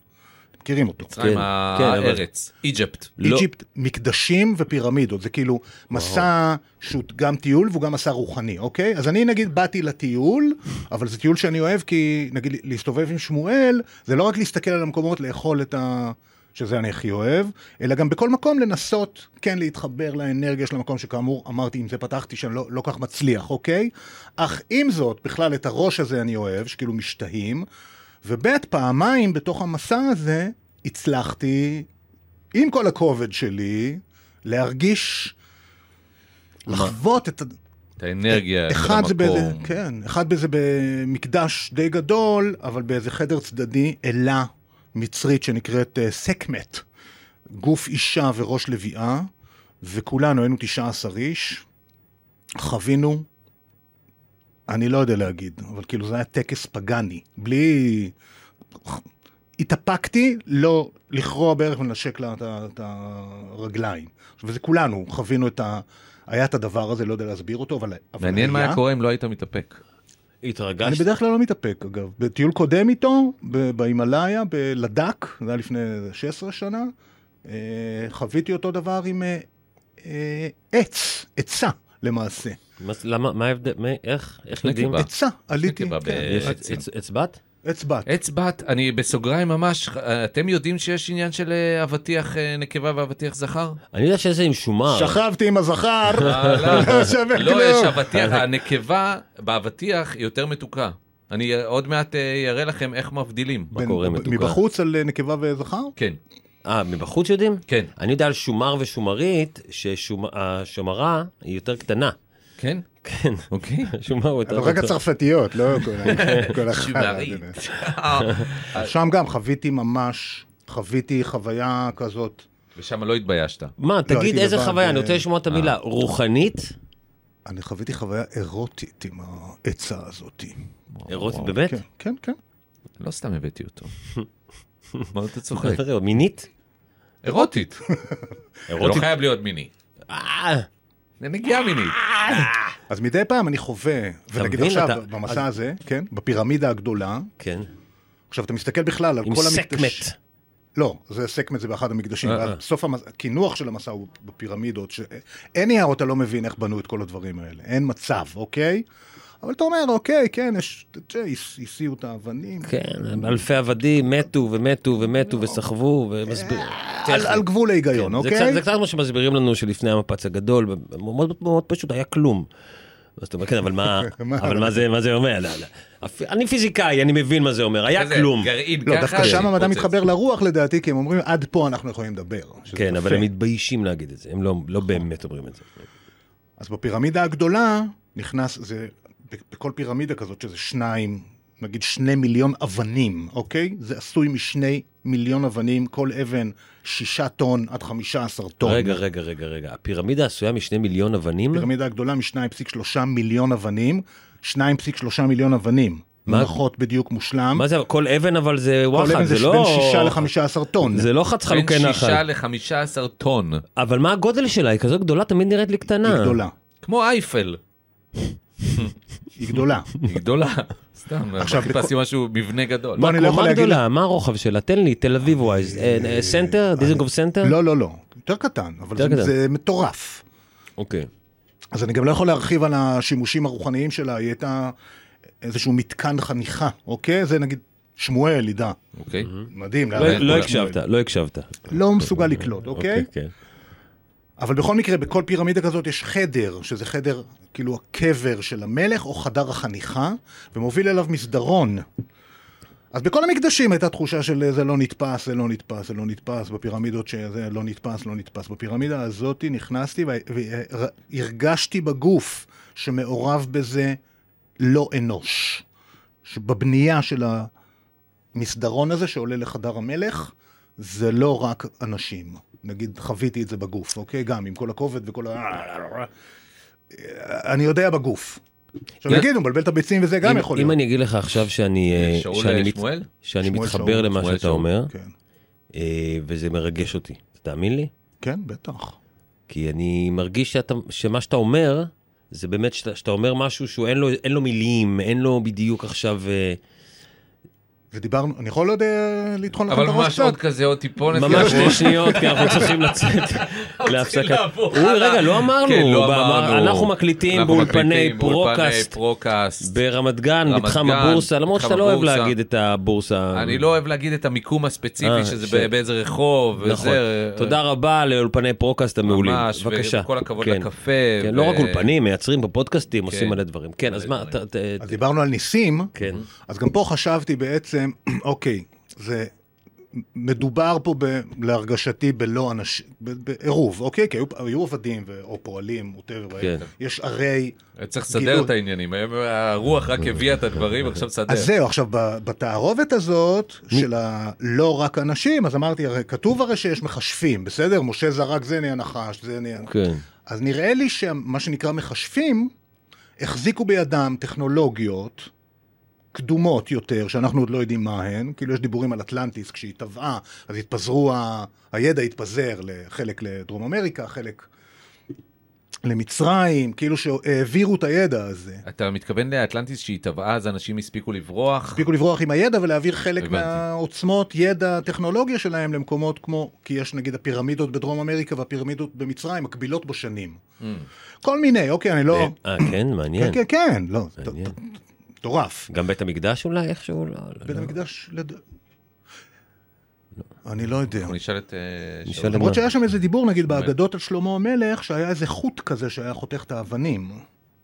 Speaker 3: מכירים אותו.
Speaker 4: מצרים
Speaker 2: כן, כן, אבל-
Speaker 4: הארץ. איג'פט.
Speaker 2: לא-
Speaker 3: איג'יפט, מקדשים ופירמידות, זה כאילו מסע שהוא גם טיול והוא גם מסע רוחני, אוקיי? אז אני נגיד באתי לטיול, אבל זה טיול שאני אוהב כי נגיד להסתובב עם שמואל, זה לא רק להסתכל על המקומות, לאכול את ה... שזה אני הכי אוהב, אלא גם בכל מקום לנסות כן להתחבר לאנרגיה של המקום שכאמור אמרתי, עם זה פתחתי שאני לא, לא כך מצליח, אוקיי? אך עם זאת, בכלל את הראש הזה אני אוהב, שכאילו משתהים, וב' פעמיים בתוך המסע הזה הצלחתי עם כל הכובד שלי, להרגיש, לחוות את ה...
Speaker 4: את האנרגיה של
Speaker 3: אחד זה באיזה,
Speaker 4: המקום.
Speaker 3: כן, אחד בזה במקדש די גדול, אבל באיזה חדר צדדי, אלה מצרית שנקראת אה, סקמט, גוף אישה וראש לביאה, וכולנו היינו 19 איש, חווינו, אני לא יודע להגיד, אבל כאילו זה היה טקס פגאני, בלי... התאפקתי לא לכרוע ברך ולנשק לה את ה- את הרגליים. וזה כולנו, חווינו את ה... היה את הדבר הזה, לא יודע להסביר אותו, אבל... אבל
Speaker 4: מעניין מה
Speaker 3: היה.
Speaker 4: היה קורה אם לא היית מתאפק.
Speaker 3: אני
Speaker 2: התרגשת?
Speaker 3: בדרך כלל לא מתאפק, אגב. בטיול קודם איתו, ב- בהימאליה, בלדק, זה היה לפני 16 שנה, אה, חוויתי אותו דבר עם אה, אה, עץ, עצה למעשה.
Speaker 2: מה- למה, מה ההבדל, מה- איך, איך יודעים?
Speaker 4: קיבה.
Speaker 3: עצה, עליתי,
Speaker 4: קיבה
Speaker 3: כן,
Speaker 4: ב-
Speaker 2: יש
Speaker 4: אה,
Speaker 2: אצ- אצ- אצבעת?
Speaker 3: אצבעת.
Speaker 4: עץ בת, אני בסוגריים ממש, אה, אתם יודעים שיש עניין של אה, אבטיח אה, נקבה ואבטיח זכר?
Speaker 2: אני יודע שזה עם שומר.
Speaker 3: שכבתי עם הזכר,
Speaker 2: אה,
Speaker 4: לא,
Speaker 3: לא שווה
Speaker 4: לא, יש
Speaker 3: כלום.
Speaker 4: אבטיח, הנקבה באבטיח היא יותר מתוקה. אני אה, עוד מעט אה, אראה לכם איך מבדילים.
Speaker 2: מה קורה,
Speaker 3: בין-
Speaker 2: מתוקה?
Speaker 3: מבחוץ על אה, נקבה וזכר?
Speaker 4: כן,
Speaker 2: אה, מבחוץ יודעים?
Speaker 4: כן,
Speaker 2: אני יודע על שומר ושומרית, שהשומרה היא יותר קטנה.
Speaker 4: כן,
Speaker 2: כן,
Speaker 4: אוקיי.
Speaker 2: השומר הוא יותר...
Speaker 3: אבל רק הצרפתיות, לא כל ה- כל החרא.
Speaker 4: שומרית.
Speaker 3: באמת. שם גם חוויתי ממש, חוויתי חוויה כזאת.
Speaker 4: ושם לא התביישת.
Speaker 2: מה, תגיד
Speaker 3: הייתי
Speaker 2: איזה
Speaker 3: לבד,
Speaker 2: חוויה,
Speaker 3: אה,
Speaker 2: אני רוצה לשמוע את המילה. רוחנית?
Speaker 3: אני חוויתי חוויה אירוטית עם העצה הזאתי.
Speaker 2: אירוטית, באמת?
Speaker 3: כן, כן, כן.
Speaker 4: לא סתם הבאתי אותו. מה אתה צוחק?
Speaker 3: אוקיי.
Speaker 2: תראה, מינית?
Speaker 4: אירוטית. זה לא
Speaker 2: אירוטית?
Speaker 4: חייב להיות מיני.
Speaker 2: אה,
Speaker 4: זה נגיעה מינית.
Speaker 3: אז מדי פעם אני חווה, ונגיד
Speaker 2: מבין,
Speaker 3: עכשיו,
Speaker 2: אתה-
Speaker 3: במסע הזה, כן, בפירמידה הגדולה,
Speaker 2: כן.
Speaker 3: עכשיו אתה מסתכל בכלל על
Speaker 2: עם
Speaker 3: כל המקדש...
Speaker 2: סקמט.
Speaker 3: לא, זה סקמט זה באחד המקדשים,
Speaker 2: אה,
Speaker 3: ואז
Speaker 2: אה.
Speaker 3: בסוף המס- הקינוח של המסע הוא בפירמידות, שאין יערות, אתה לא מבין איך בנו את כל הדברים האלה, אין מצב, אוקיי? אבל אתה אומר, אוקיי, כן, יש, אתה יודע, הס- הסיעו את האבנים,
Speaker 2: כן, אלפי עבדים מתו ומתו ומתו וסחבו ומסביר.
Speaker 3: לא. אה, על, על גבול ההיגיון,
Speaker 2: כן, זה
Speaker 3: אוקיי?
Speaker 2: קצת- זה קצת כמו שמסבירים לנו שלפני המפץ הגדול, מאוד מאוד פשוט, היה כלום. אז אתה אומר, כן, אבל מה,
Speaker 3: מה?
Speaker 2: אבל מה זה, מה זה אומר? לא, לא. אפ- אני פיזיקאי, אני מבין מה זה אומר, היה
Speaker 4: כזה, כן.
Speaker 2: כלום.
Speaker 4: גרעין
Speaker 3: לא,
Speaker 4: ככה.
Speaker 3: דווקא שם המדע
Speaker 4: התפוצץ.
Speaker 3: מתחבר לרוח לדעתי, כי הם אומרים, עד פה אנחנו יכולים לדבר. שזה
Speaker 2: כן, אבל
Speaker 3: יפה.
Speaker 2: הם מתביישים להגיד את זה, הם לא- לא באמת אומרים את זה.
Speaker 3: אז בפירמידה הגדולה נכנס, זה ב- בכל פירמידה כזאת שזה שניים, נגיד שני מיליון אבנים, אוקיי? זה עשוי משני מיליון אבנים, כל אבן שישה טון עד חמישה עשר טון.
Speaker 2: רגע, רגע, רגע, רגע, הפירמידה עשויה משני מיליון אבנים?
Speaker 3: הפירמידה הגדולה מ-2.3 מיליון אבנים, 2.3 מיליון אבנים.
Speaker 2: מה-
Speaker 3: מונחות בדיוק מושלם.
Speaker 2: מה זה, כל אבן אבל זה
Speaker 3: אה? כל
Speaker 2: וואחד,
Speaker 3: אבן
Speaker 2: זה
Speaker 3: זה
Speaker 2: לא...
Speaker 3: בין שישה לחמישה עשר טון.
Speaker 2: זה לא חד חלוקי
Speaker 4: בין שישה
Speaker 2: נחל.
Speaker 4: לחמישה עשר טון.
Speaker 2: אבל מה הגודל שלה? היא כזו גדולה, תמיד נראית לי קטנה.
Speaker 3: היא גדולה.
Speaker 4: כמו אייפל.
Speaker 3: היא גדולה.
Speaker 4: היא גדולה. סתם,
Speaker 3: עכשיו,
Speaker 4: חיפשתי משהו, מבנה גדול.
Speaker 2: מה,
Speaker 3: אני לא יכול
Speaker 2: קומה
Speaker 3: להגיד
Speaker 2: גדולה? מה הרוחב שלה? תן לי, תל אביב ווייז. אה, אה, סנטר? דיזנגוף סנטר?
Speaker 3: לא, לא, לא. יותר קטן, אבל
Speaker 2: יותר
Speaker 3: זה-
Speaker 2: קטן.
Speaker 3: זה מטורף.
Speaker 2: אוקיי.
Speaker 3: אז אני גם לא יכול להרחיב על השימושים הרוחניים שלה, היא הייתה איזשהו מתקן חניכה, אוקיי? זה נגיד שמואל ידע.
Speaker 4: אוקיי?
Speaker 3: מדהים.
Speaker 2: לא-
Speaker 3: לארח
Speaker 2: לא
Speaker 3: פה את
Speaker 2: הקשבת,
Speaker 3: שמואל.
Speaker 2: לא הקשבת.
Speaker 3: לא מסוגל לקלוט, אוקיי?
Speaker 2: כן.
Speaker 3: אבל בכל מקרה, בכל פירמידה כזאת יש חדר, שזה חדר, כאילו הקבר של המלך או חדר החניכה, ומוביל אליו מסדרון. אז בכל המקדשים הייתה תחושה של אה, זה לא נתפס, זה לא נתפס, זה לא נתפס, בפירמידות שזה לא נתפס, לא נתפס. בפירמידה הזאת נכנסתי והרגשתי בגוף שמעורב בזה לא אנוש. שבבנייה של המסדרון הזה שעולה לחדר המלך, זה לא רק אנשים. נגיד, חוויתי את זה בגוף, אוקיי? גם עם כל הכובד וכל ה... אני יודע בגוף. עכשיו
Speaker 2: יש-
Speaker 3: נגיד, הוא מבלבל את הביצים וזה גם
Speaker 2: אם-
Speaker 3: יכול
Speaker 2: אם
Speaker 3: להיות.
Speaker 2: אני אגיד לך עכשיו שאני אה,
Speaker 4: שאול
Speaker 2: שאני מת-
Speaker 4: שמואל?
Speaker 2: שאני
Speaker 3: שמואל
Speaker 2: מתחבר
Speaker 3: שאול,
Speaker 2: למה
Speaker 4: שמואל
Speaker 2: שאתה
Speaker 4: שאול,
Speaker 2: אומר,
Speaker 3: כן.
Speaker 2: אה, וזה מרגש אותי, אתה תאמין לי?
Speaker 3: כן, בטח.
Speaker 2: כי אני מרגיש שאתה, שמה שאתה אומר, זה באמת שאתה, שאתה אומר משהו שהוא אין לו, אין לו מילים, אין לו בדיוק עכשיו... אה,
Speaker 3: ודיברנו, אני יכול עוד אה, לטחון לכם את
Speaker 4: אבל
Speaker 3: הראש
Speaker 4: ממש
Speaker 3: קצת?
Speaker 4: עוד כזה, עוד טיפונת.
Speaker 2: ממש שתי שניות, כי אנחנו צריכים לצאת להפסקה.
Speaker 4: לעבור.
Speaker 2: אוי, רגע, לא אמרנו,
Speaker 4: כן, לא
Speaker 2: ב-
Speaker 4: אמרנו.
Speaker 2: אנחנו מקליטים
Speaker 4: אנחנו
Speaker 2: באולפני
Speaker 4: מקליטים באולפני
Speaker 2: פרוקאסט
Speaker 4: פרוקאסט.
Speaker 2: ברמת גן,
Speaker 4: רמת
Speaker 2: מתחם
Speaker 4: גן,
Speaker 2: הבורסה, למרות
Speaker 4: מתחם
Speaker 2: שאתה לא אוהב
Speaker 4: הבורסה.
Speaker 2: להגיד את הבורסה.
Speaker 4: אני לא אוהב להגיד את המיקום הספציפי,
Speaker 2: אה,
Speaker 4: שזה
Speaker 2: ש-
Speaker 4: ב- באיזה רחוב,
Speaker 2: נכון.
Speaker 4: וזה...
Speaker 2: תודה רבה לאולפני פרוקאסט המעולים.
Speaker 4: ממש,
Speaker 2: בבקשה.
Speaker 4: וכל הכבוד
Speaker 2: כן.
Speaker 4: לקפה.
Speaker 2: כן,
Speaker 4: ו-
Speaker 2: לא רק אולפנים, מייצרים בפודקאסטים, עושים
Speaker 4: כן.
Speaker 2: מלא דברים. כן, אז מה, אתה... אתה-
Speaker 3: אז דיברנו על ניסים,
Speaker 2: כן.
Speaker 3: אז גם פה חשבתי בעצם, אוקיי, זה מדובר פה ב, להרגשתי בלא אנשים, בעירוב, אוקיי? כי היו, היו עבדים ו, או פועלים, ווטאבר,
Speaker 2: כן.
Speaker 3: יש הרי...
Speaker 4: צריך לסדר
Speaker 3: גילוי.
Speaker 4: את העניינים, אה, הרוח רק הביאה את הדברים, עכשיו תסדר.
Speaker 3: אז זהו, עכשיו, ב- בתערובת הזאת, של הלא רק אנשים, אז אמרתי, הרי כתוב הרי שיש מכשפים, בסדר? משה זרק, זה נהיה נחש, זה נהיה...
Speaker 2: כן.
Speaker 3: אז נראה לי שמה שנקרא מכשפים, החזיקו בידם טכנולוגיות קדומות יותר, שאנחנו עוד לא יודעים מה הן, כאילו יש דיבורים על אטלנטיס, כשהיא טבעה, אז התפזרו, ה... הידע התפזר לחלק לדרום אמריקה, חלק למצרים, כאילו שהעבירו את הידע הזה.
Speaker 4: אתה מתכוון לאטלנטיס שהיא טבעה, אז אנשים הספיקו לברוח?
Speaker 3: הספיקו לברוח עם הידע ולהעביר חלק
Speaker 4: הבנתי.
Speaker 3: מהעוצמות ידע הטכנולוגיה שלהם למקומות כמו, כי יש נגיד הפירמידות בדרום אמריקה והפירמידות במצרים מקבילות בשנים. כל מיני, אוקיי, אני לא...
Speaker 2: אה, כן, מעניין.
Speaker 3: כן, כן, כן, לא, ט-
Speaker 2: מעניין.
Speaker 3: ט- מטורף.
Speaker 2: גם בית המקדש אולי איכשהו? לא, לא,
Speaker 3: בית
Speaker 2: לא.
Speaker 3: המקדש, לד- אני לא יודע.
Speaker 4: אנחנו נשאל את... אה,
Speaker 2: נשאל
Speaker 4: שאול.
Speaker 2: את-
Speaker 3: למרות שהיה שם איזה דיבור, נגיד, באגדות על שלמה המלך, שהיה איזה חוט כזה שהיה חותך את האבנים.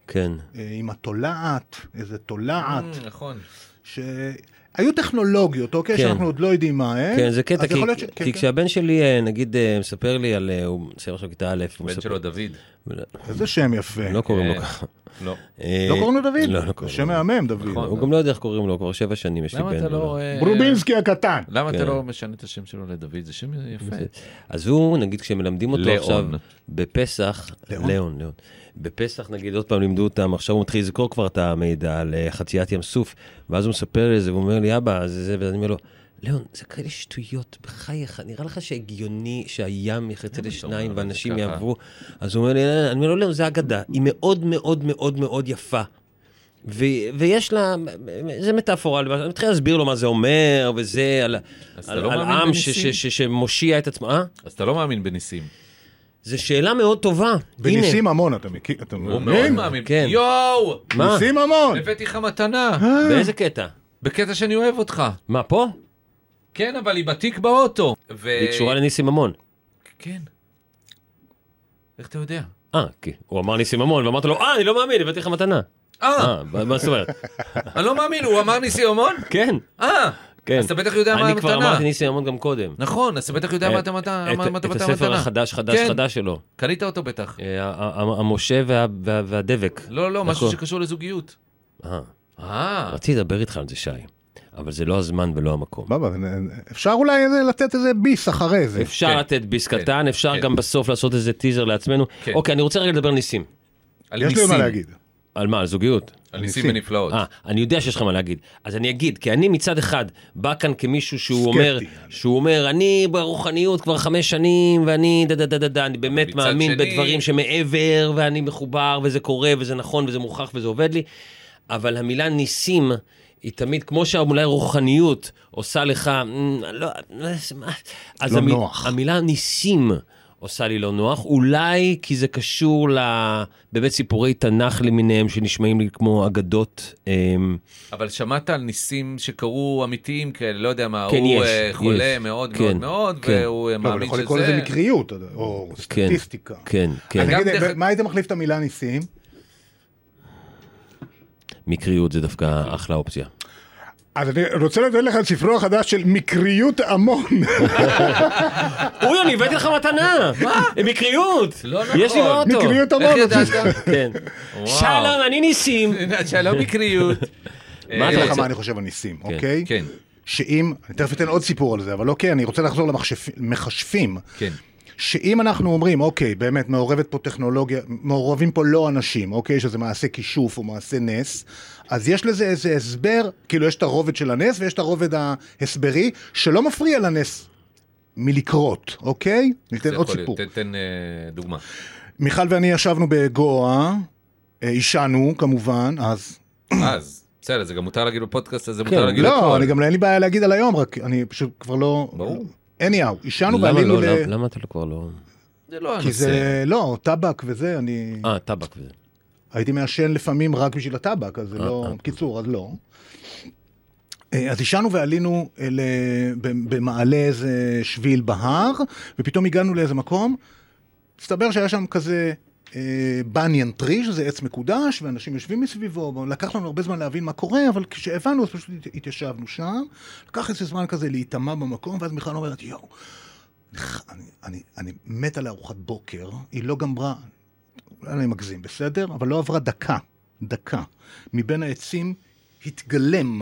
Speaker 2: כן.
Speaker 3: אה, עם התולעת, איזה תולעת,
Speaker 2: אה.
Speaker 4: Mm, נכון.
Speaker 3: שהיו טכנולוגיות, אוקיי?
Speaker 2: כן.
Speaker 3: שאנחנו עוד לא יודעים מה הן.
Speaker 2: כן, זה קטע,
Speaker 3: אז
Speaker 2: כי,
Speaker 3: יכול להיות ש- כן,
Speaker 2: כי
Speaker 3: כן.
Speaker 2: כשהבן שלי, אה, נגיד, אה, מספר לי על... אה, הוא מסיים עכשיו כיתה א', הוא
Speaker 4: בן
Speaker 2: מספר...
Speaker 4: שלו דוד.
Speaker 3: כן. איזה שם יפה.
Speaker 2: לא קוראים לו
Speaker 4: כן.
Speaker 2: ככה.
Speaker 4: לא.
Speaker 2: אה,
Speaker 3: לא קוראים לו דוד?
Speaker 2: לא, לא
Speaker 3: זה
Speaker 2: קוראים
Speaker 3: שם
Speaker 2: לו.
Speaker 3: מהמם, דוד.
Speaker 4: נכון.
Speaker 2: הוא גם לא יודע איך קוראים לו, כבר שבע שנים יש לי בן.
Speaker 4: למה אתה
Speaker 2: הוא
Speaker 4: לא... אה,
Speaker 3: ברובינסקי הקטן.
Speaker 4: למה אתה
Speaker 2: כן.
Speaker 4: לא משנה את השם שלו לדוד? זה שם יפה.
Speaker 2: אז הוא, נגיד, כשמלמדים אותו
Speaker 4: לאון.
Speaker 2: עכשיו, בפסח,
Speaker 3: לאון?
Speaker 2: לאון, לאון. בפסח, נגיד, עוד פעם לימדו אותם, עכשיו הוא מתחיל לזכור כבר את המידע על אה, חציית ים סוף, ואז הוא מספר לי את זה, והוא אומר לי, אבא, זה זה, ואני אומר לו, לאון, זה כאלה שטויות, בחייך, נראה לך שהגיוני שהים יחצה
Speaker 4: למה אתה
Speaker 2: לשניים
Speaker 4: אומר את זה
Speaker 2: ואנשים
Speaker 4: ככה?
Speaker 2: יעברו? אז הוא אומר לי, "לא, לא, לא." אני אומר לו, לאון, זה אגדה, היא מאוד מאוד מאוד מאוד יפה. ו- ויש לה, זה מטאפורה, אני מתחיל להסביר לו מה זה אומר, וזה, על,
Speaker 4: אז אתה
Speaker 2: על,
Speaker 4: לא
Speaker 2: על
Speaker 4: מאמין
Speaker 2: עם ש-
Speaker 4: בניסים?
Speaker 2: ש- ש- שמושיע את עצמו, אה?
Speaker 4: אז אתה לא מאמין בניסים.
Speaker 2: זו שאלה מאוד טובה.
Speaker 3: בניסים המון, אתה מכיר? אתה
Speaker 4: הוא מאוד
Speaker 3: מבין?
Speaker 4: מאמין.
Speaker 2: כן. אה?
Speaker 4: יואו!
Speaker 2: הנה, מה?
Speaker 3: ניסים המון.
Speaker 4: הבאתי לך מתנה.
Speaker 2: באיזה קטע?
Speaker 4: בקטע שאני אוהב אותך.
Speaker 2: מה, פה?
Speaker 4: כן, אבל היא בתיק באוטו. ו-
Speaker 2: היא קשורה לניסים ממון.
Speaker 4: כן. איך אתה יודע?
Speaker 2: אה, כי הוא אמר ניסים ממון, ואמרת לו, אה, אני לא מאמין, הבאתי לך מתנה.
Speaker 4: אה,
Speaker 2: אה, מה מה זאת אומרת?
Speaker 4: אני לא מאמין, הוא אמר ניסי הומון?
Speaker 2: כן,
Speaker 4: אה,
Speaker 2: כן.
Speaker 4: אז אתה בטח יודע מה
Speaker 2: אני כבר
Speaker 4: המתנה.
Speaker 2: אמרתי ניסים ממון גם קודם.
Speaker 4: נכון, אז אתה בטח יודע מה אתה מתנה.
Speaker 2: אה, את-
Speaker 4: מה- מה אתה
Speaker 2: את
Speaker 4: אה, מתנה.
Speaker 2: הספר החדש, חדש,
Speaker 4: כן.
Speaker 2: חדש שלו.
Speaker 4: קנית אותו בטח.
Speaker 2: אה, ה- ה- המשה וה- וה- והדבק.
Speaker 4: לא, לא, משהו
Speaker 2: נכון.
Speaker 4: שקשור לזוגיות.
Speaker 2: אה,
Speaker 4: אה,
Speaker 2: רציתי לדבר איתך על זה, שי, אבל זה לא הזמן ולא
Speaker 4: כן.
Speaker 2: המקום.
Speaker 3: בבא, אה, אפשר אולי איזה- לתת איזה ביס אחרי זה.
Speaker 2: אפשר
Speaker 4: כן.
Speaker 2: לתת ביס
Speaker 4: כן.
Speaker 2: קטן, אפשר
Speaker 4: כן.
Speaker 2: גם בסוף לעשות איזה טיזר לעצמנו.
Speaker 4: כן.
Speaker 2: אוקיי, אני רוצה רגע לדבר על ניסים.
Speaker 4: על
Speaker 3: יש לי
Speaker 4: ניסים.
Speaker 3: מה להגיד.
Speaker 2: על מה, על זוגיות?
Speaker 4: על ניסים
Speaker 3: ניסים.
Speaker 4: ונפלאות.
Speaker 2: אה, אני יודע שיש לך מה להגיד. אז אני אגיד, כי אני מצד אחד בא כאן כמישהו שהוא
Speaker 3: סקפטי.
Speaker 2: אומר, שהוא אומר, אני ברוחניות כבר חמש שנים, ואני דה דה דה דה דה, אני באמת
Speaker 4: מצד
Speaker 2: מאמין
Speaker 4: שני-
Speaker 2: בדברים שמעבר, ואני מחובר, וזה קורה, וזה נכון, וזה מוכח, וזה עובד לי. אבל המילה ניסים, היא תמיד, כמו שאולי רוחניות עושה לך, "מ, לא, לא, זה מה-" אז
Speaker 3: לא
Speaker 2: המי-
Speaker 3: נוח.
Speaker 2: המילה ניסים עושה לי לא נוח, אולי כי זה קשור ל... באמת סיפורי תנ"ך למיניהם שנשמעים לי כמו אגדות. אמ,
Speaker 4: אבל שמעת על ניסים שקרו אמיתיים כאלה, לא יודע מה,
Speaker 2: כן,
Speaker 4: הוא
Speaker 2: יש,
Speaker 4: אה, חולה
Speaker 2: יש.
Speaker 4: מאוד
Speaker 2: כן,
Speaker 4: מאוד מאוד,
Speaker 2: כן.
Speaker 4: והוא
Speaker 3: לא,
Speaker 4: אה,
Speaker 3: אבל
Speaker 4: מאמין
Speaker 3: יכול
Speaker 4: שזה...
Speaker 3: לקרוא לזה מקריות, אתה יודע, או סטטיסטיקה.
Speaker 2: כן,
Speaker 3: אז
Speaker 2: כן.
Speaker 4: גם
Speaker 3: נגיד,
Speaker 4: דרך-
Speaker 3: מה היית מחליף את המילה ניסים?
Speaker 2: מקריות זה דווקא אחלה אופציה.
Speaker 3: אז אני רוצה לתת לך את ספרו החדש של מקריות המון.
Speaker 4: אה,
Speaker 2: אוי, אני הבאתי לך מתנה! מה? מקריות!
Speaker 4: לא נכון.
Speaker 2: יש לי באוטו.
Speaker 3: מקריות
Speaker 4: איך
Speaker 3: המון.
Speaker 4: ידעת?
Speaker 2: כן.
Speaker 4: וואו.
Speaker 2: שלום, אני ניסים.
Speaker 4: הנה, שלום מקריות. אה,
Speaker 2: מה
Speaker 3: אני
Speaker 2: אתה
Speaker 3: אגיד לך
Speaker 2: רוצה?
Speaker 3: מה אני חושב על ניסים, אוקיי?
Speaker 4: כן,
Speaker 3: שאם, אני תכף אתן עוד סיפור על זה, אבל אוקיי, אני רוצה לחזור למכשפים.
Speaker 4: כן.
Speaker 3: שאם אנחנו אומרים, אוקיי, באמת, מעורבת פה טכנולוגיה, מעורבים פה לא אנשים, אוקיי, שזה מעשה כישוף או מעשה נס, אז יש לזה איזה הסבר, כאילו יש את הרובד של הנס ויש את הרובד ההסברי, שלא מפריע לנס מלקרות, אוקיי?
Speaker 4: זה
Speaker 3: ניתן
Speaker 4: יכול
Speaker 3: עוד
Speaker 4: להיות.
Speaker 3: סיפור.
Speaker 4: תן- תן אה, דוגמה.
Speaker 3: מיכל ואני ישבנו בגואה, אה, עישנו כמובן, אז...
Speaker 4: אז, בסדר, זה גם מותר להגיד בפודקאסט הזה,
Speaker 2: כן,
Speaker 4: מותר להגיד
Speaker 3: לא,
Speaker 4: הכל.
Speaker 3: אני גם אין לי בעיה להגיד על היום, רק אני פשוט כבר לא...
Speaker 4: ברור.
Speaker 3: anyhow, עישנו
Speaker 2: למה
Speaker 3: ועלינו
Speaker 2: לא?
Speaker 3: ל...
Speaker 2: למה- למה אתה לא- כבר לא...
Speaker 4: זה לא
Speaker 3: כי
Speaker 4: הנושא.
Speaker 3: זה לא, טבק וזה, אני...
Speaker 2: אה, טבק וזה.
Speaker 3: הייתי מעשן לפעמים רק בשביל הטבק, אז זה לא...
Speaker 2: אה.
Speaker 3: קיצור, אז לא. אה, אז עישנו ועלינו אה, ל- ב- במעלה איזה שביל בהר, ופתאום הגענו לאיזה מקום. הסתבר שהיה שם כזה אה, בניין טרי, שזה עץ מקודש, ואנשים יושבים מסביבו, לקח לנו הרבה זמן להבין מה קורה, אבל כשהבנו אז פשוט הת- התיישבנו שם. לקח איזה זמן כזה להיטמע במקום, ואז מיכל אומרת, יואו, אני, אני, אני מת על ארוחת בוקר, היא לא גמרה, אולי אני מגזים, בסדר? אבל לא עברה דקה, דקה. מבין העצים התגלם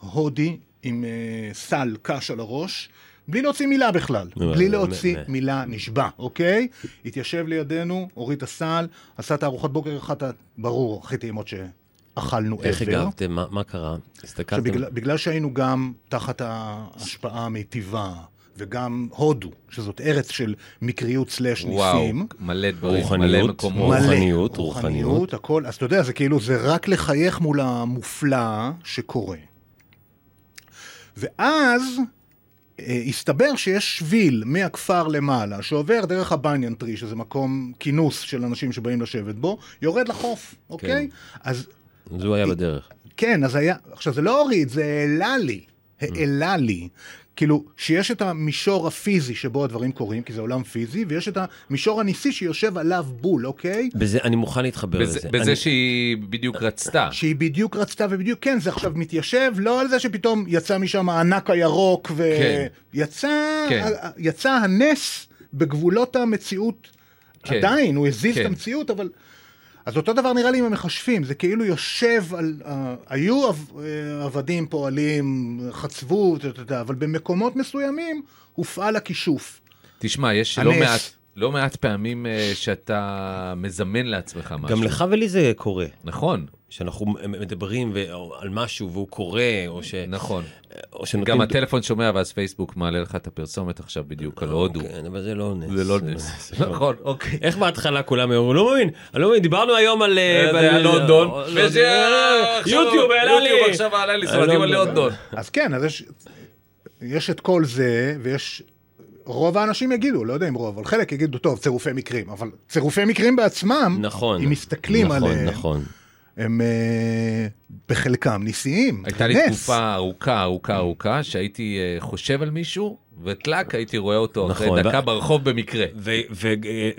Speaker 3: הודי עם אה, סל קש על הראש, בלי להוציא מילה בכלל.
Speaker 2: נו,
Speaker 3: בלי
Speaker 2: אה,
Speaker 3: להוציא
Speaker 2: אה, אה.
Speaker 3: מילה נשבע, אוקיי? התיישב לידינו, הוריד את הסל, עשה את הארוחת בוקר אחת, ה- ברור, הכי טעימות שאכלנו
Speaker 2: איך
Speaker 3: ever.
Speaker 2: הגבתם? מה מה קרה? הסתכלתם?
Speaker 3: שבגלל, בגלל שהיינו גם תחת ההשפעה המיטיבה, וגם הודו, שזאת ארץ של מקריות סלאש
Speaker 4: וואו,
Speaker 3: ניסים.
Speaker 4: מלא דברים, מלא
Speaker 2: רוחניות.
Speaker 4: מקומות.
Speaker 2: מלא. רוחניות, רוחניות.
Speaker 3: הכל, אז אתה יודע, זה כאילו, זה רק לחייך מול המופלא שקורה. ואז אה, הסתבר שיש שביל מהכפר למעלה, שעובר דרך הבניאן טרי, שזה מקום כינוס של אנשים שבאים לשבת בו, יורד לחוף,
Speaker 2: כן.
Speaker 3: אוקיי? אז
Speaker 2: זו היה בדרך.
Speaker 3: כן, אז היה, עכשיו זה לא הוריד, זה העלה לי, העלה לי. כאילו, שיש את המישור הפיזי שבו הדברים קורים, כי זה עולם פיזי, ויש את המישור הניסי שיושב עליו בול, אוקיי?
Speaker 2: בזה, אני מוכן להתחבר
Speaker 4: בזה-
Speaker 2: לזה.
Speaker 4: בזה
Speaker 2: אני- אה,
Speaker 4: שהיא בדיוק רצתה.
Speaker 3: שהיא בדיוק רצתה ובדיוק, כן, זה עכשיו מתיישב, לא על זה שפתאום יצא משם הענק הירוק,
Speaker 4: כן.
Speaker 3: ויצא
Speaker 4: כן.
Speaker 3: יצא הנס בגבולות המציאות.
Speaker 4: כן.
Speaker 3: עדיין, הוא הזיז
Speaker 4: כן.
Speaker 3: את המציאות, אבל... אז אותו דבר נראה לי עם המכשפים, זה כאילו יושב על... אה, היו עב- אה, עבדים פועלים, חצבו, אתה יודע, אבל במקומות מסוימים הופעל הכישוף.
Speaker 4: תשמע, יש
Speaker 3: הנס.
Speaker 4: לא מעט, לא מעט פעמים אה, שאתה מזמן לעצמך משהו.
Speaker 2: גם לך ולי זה קורה.
Speaker 4: נכון,
Speaker 2: שאנחנו מדברים ו- או- על משהו והוא קורה, או ש...
Speaker 4: נכון.
Speaker 2: או שנותנים...
Speaker 4: גם הטלפון שומע ואז פייסבוק מעלה לך את הפרסומת עכשיו בדיוק על הודו.
Speaker 2: כן, אבל זה לא נס.
Speaker 4: זה לא נס.
Speaker 2: אה,
Speaker 4: נכון, אוקיי.
Speaker 2: איך בהתחלה כולם אמרו, לא מאמין, אני לא מאמין, דיברנו היום על... אה,
Speaker 4: זה היה
Speaker 2: על-
Speaker 4: לונדון,
Speaker 2: על-
Speaker 4: וזה היה- עכשיו-
Speaker 2: אה, יוטיוב העלה לי.
Speaker 4: יוטיוב עכשיו העלה לי סרטים על
Speaker 2: לונדון.
Speaker 4: לונדון.
Speaker 3: אז כן, אז יש, יש את כל זה, ויש... רוב האנשים יגידו, לא יודע אם רוב, אבל חלק יגידו, טוב, צירופי מקרים. אבל צירופי מקרים בעצמם,
Speaker 2: נכון.
Speaker 3: אם מסתכלים אה,
Speaker 2: נכון,
Speaker 3: עליהם,
Speaker 2: נכון.
Speaker 3: הם אה, בחלקם ניסיים.
Speaker 4: הייתה לי
Speaker 2: אה, לא,
Speaker 3: נס.
Speaker 4: תקופה ארוכה, ארוכה, ארוכה, שהייתי אה, חושב על מישהו, וטלק הייתי רואה אותו אחרי
Speaker 2: נכון,
Speaker 4: דקה
Speaker 2: ו-
Speaker 4: ברחוב במקרה.
Speaker 2: ו- ו-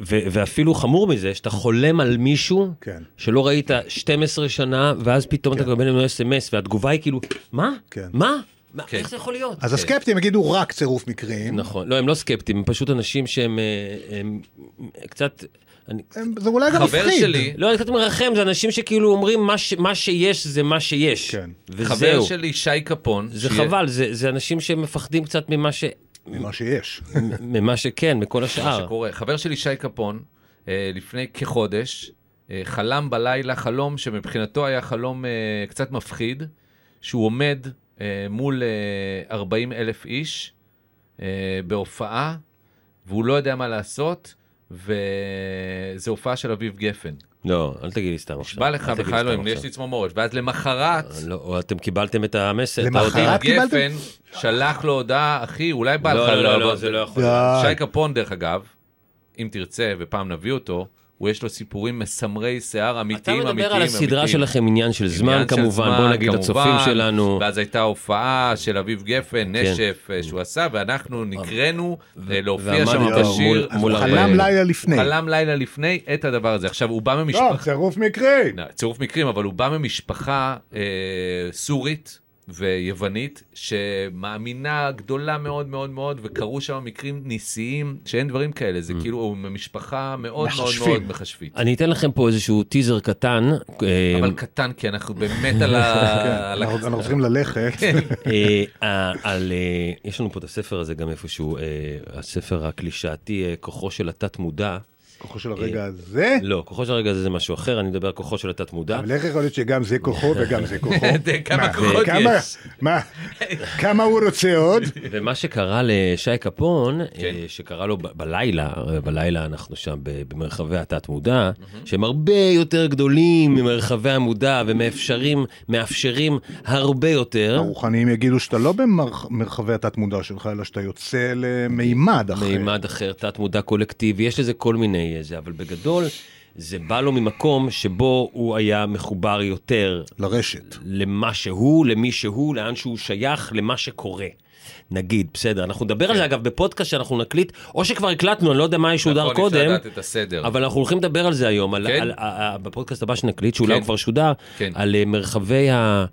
Speaker 2: ו- ואפילו חמור מזה, שאתה חולם על מישהו
Speaker 3: כן.
Speaker 2: שלא ראית 12 שנה, ואז פתאום אתה מקבל ממנו אס.אם.אס, והתגובה היא כאילו, מה?
Speaker 3: כן.
Speaker 2: מה? מה?
Speaker 4: כן.
Speaker 2: איך זה יכול להיות?
Speaker 3: אז הסקפטים יגידו רק צירוף מקרים.
Speaker 2: נכון, לא, הם לא סקפטיים, הם פשוט אנשים שהם אה, הם, אה, קצת... אני,
Speaker 3: הם- זה אולי גם מפחיד.
Speaker 4: חבר שלי,
Speaker 2: לא, אני קצת מרחם, זה אנשים שכאילו אומרים מה, ש, מה שיש זה מה שיש.
Speaker 3: כן.
Speaker 4: חבר
Speaker 2: וזהו.
Speaker 4: שלי, שי קפון,
Speaker 2: זה
Speaker 4: שיהיה-
Speaker 2: חבל, זה, זה אנשים שמפחדים קצת ממה, ש,
Speaker 3: ממה שיש.
Speaker 2: ממה שכן, מכל
Speaker 4: מה
Speaker 2: השאר.
Speaker 4: שקורה. חבר שלי שי קפון, אה, לפני כחודש, אה, חלם בלילה חלום שמבחינתו היה חלום אה, קצת מפחיד, שהוא עומד אה, מול 40 אלף איש אה, בהופעה, והוא לא יודע מה לעשות, וזו הופעה של אביב גפן.
Speaker 2: לא, אל תגיד לי סתם עכשיו.
Speaker 4: בא לך
Speaker 2: אל תגיד לי
Speaker 4: בכלל
Speaker 2: סתם
Speaker 4: לא, אם יש לי
Speaker 2: עכשיו.
Speaker 4: צמרמורת, ואז למחרת...
Speaker 2: לא, או אתם קיבלתם את המסר.
Speaker 3: למחרת
Speaker 2: אתה יודע.
Speaker 3: רק קיבלתם?
Speaker 4: גפן שלח לו הודעה, אחי, אולי בא לך...
Speaker 2: לא, לא, לא,
Speaker 4: לעבוד."
Speaker 2: לא, זה לא יכול.
Speaker 3: די.
Speaker 4: שי קפון, דרך אגב, אם תרצה, ופעם נביא אותו, הוא יש לו סיפורים מסמרי שיער
Speaker 2: אתה
Speaker 4: אמיתיים, אמיתיים,
Speaker 2: לא מדבר על הסדרה
Speaker 4: אמיתיים.
Speaker 2: שלכם עניין של זמן
Speaker 4: עניין של
Speaker 2: כמובן,
Speaker 4: זמן,
Speaker 2: בוא נגיד
Speaker 4: כמובן.
Speaker 2: לצופים שלנו.
Speaker 4: ואז הייתה הופעה של אביב
Speaker 2: כן.
Speaker 4: גפן, נשף, אה, שהוא עשה, ואנחנו נקראנו אה, להופיע
Speaker 2: ועמדנו
Speaker 4: שם את השיר.
Speaker 2: מול- מול
Speaker 4: הוא
Speaker 2: הרבה-
Speaker 4: חלם
Speaker 3: חלם
Speaker 4: לילה
Speaker 3: לילה לפני.
Speaker 4: לפני. חלם לילה לפני את הדבר הזה. עכשיו, הוא בא
Speaker 3: לא,
Speaker 4: ממשפחה...
Speaker 3: צירוף מקרי.
Speaker 4: לא, צירוף מקרים, אבל הוא בא ממשפחה אה, סורית ויוונית, שמאמינה גדולה מאוד מאוד מאוד, וקרו שם מקרים ניסיים, שאין דברים כאלה, זה כאילו, הוא ממשפחה מאוד מאוד
Speaker 3: מחשבים.
Speaker 4: מאוד מכשפית.
Speaker 2: אני אתן לכם פה איזשהו טיזר קטן. אה,
Speaker 4: אבל קטן, כי אנחנו באמת על ה... על
Speaker 3: כן,
Speaker 4: ה- כן,
Speaker 3: אנחנו אנחנו צריכים ללכת.
Speaker 2: אה, אה, על, אה, יש לנו פה את הספר הזה גם איפשהו, אה, הספר הקלישאתי, אה, כוחו של התת מודע.
Speaker 3: כוחו של הרגע הזה.
Speaker 2: לא, כוחו של הרגע הזה זה משהו אחר, אני מדבר על כוחו של התת מודע.
Speaker 3: אבל איך יכול להיות שגם זה כוחו וגם זה כוחו?
Speaker 4: זה כן, כמה
Speaker 3: מה,
Speaker 4: כוחות
Speaker 3: אה, כמה-
Speaker 4: יש.
Speaker 3: מה, כמה הוא רוצה עוד?
Speaker 2: ומה שקרה לשי קפון,
Speaker 4: כן.
Speaker 2: אה, שקרה לו ב- בלילה, אה, בלילה אנחנו שם ב- במרחבי התת-מודע, שהם הרבה יותר גדולים ממרחבי המודע ומאפשרים, מאפשרים הרבה יותר.
Speaker 3: הרוחניים יגידו שאתה לא במרחבי התת-מודע שלך, אלא שאתה יוצא למימד אחר.
Speaker 2: מימד אחר, תת-מודע קולקטיבי, יש לזה כל מיני אה, זה, אבל בגדול זה בא לו ממקום שבו הוא היה מחובר יותר
Speaker 3: לרשת.
Speaker 2: למה שהוא, למי שהוא, לאן שהוא שייך, למה שקורה. נגיד, בסדר, אנחנו נדבר על זה אגב בפודקאסט שאנחנו נקליט, או שכבר הקלטנו, אני לא יודע מה ישודר
Speaker 4: נכון, אי אפשר
Speaker 2: קודם,
Speaker 4: לדעת את הסדר.
Speaker 2: אבל אנחנו הולכים לדבר על זה היום, על,
Speaker 4: כן.
Speaker 2: על, על, בפודקאסט הבא שנקליט, שאולי הוא
Speaker 4: כן.
Speaker 2: כבר שודר,
Speaker 4: כן.
Speaker 2: על אה, מרחבי ה...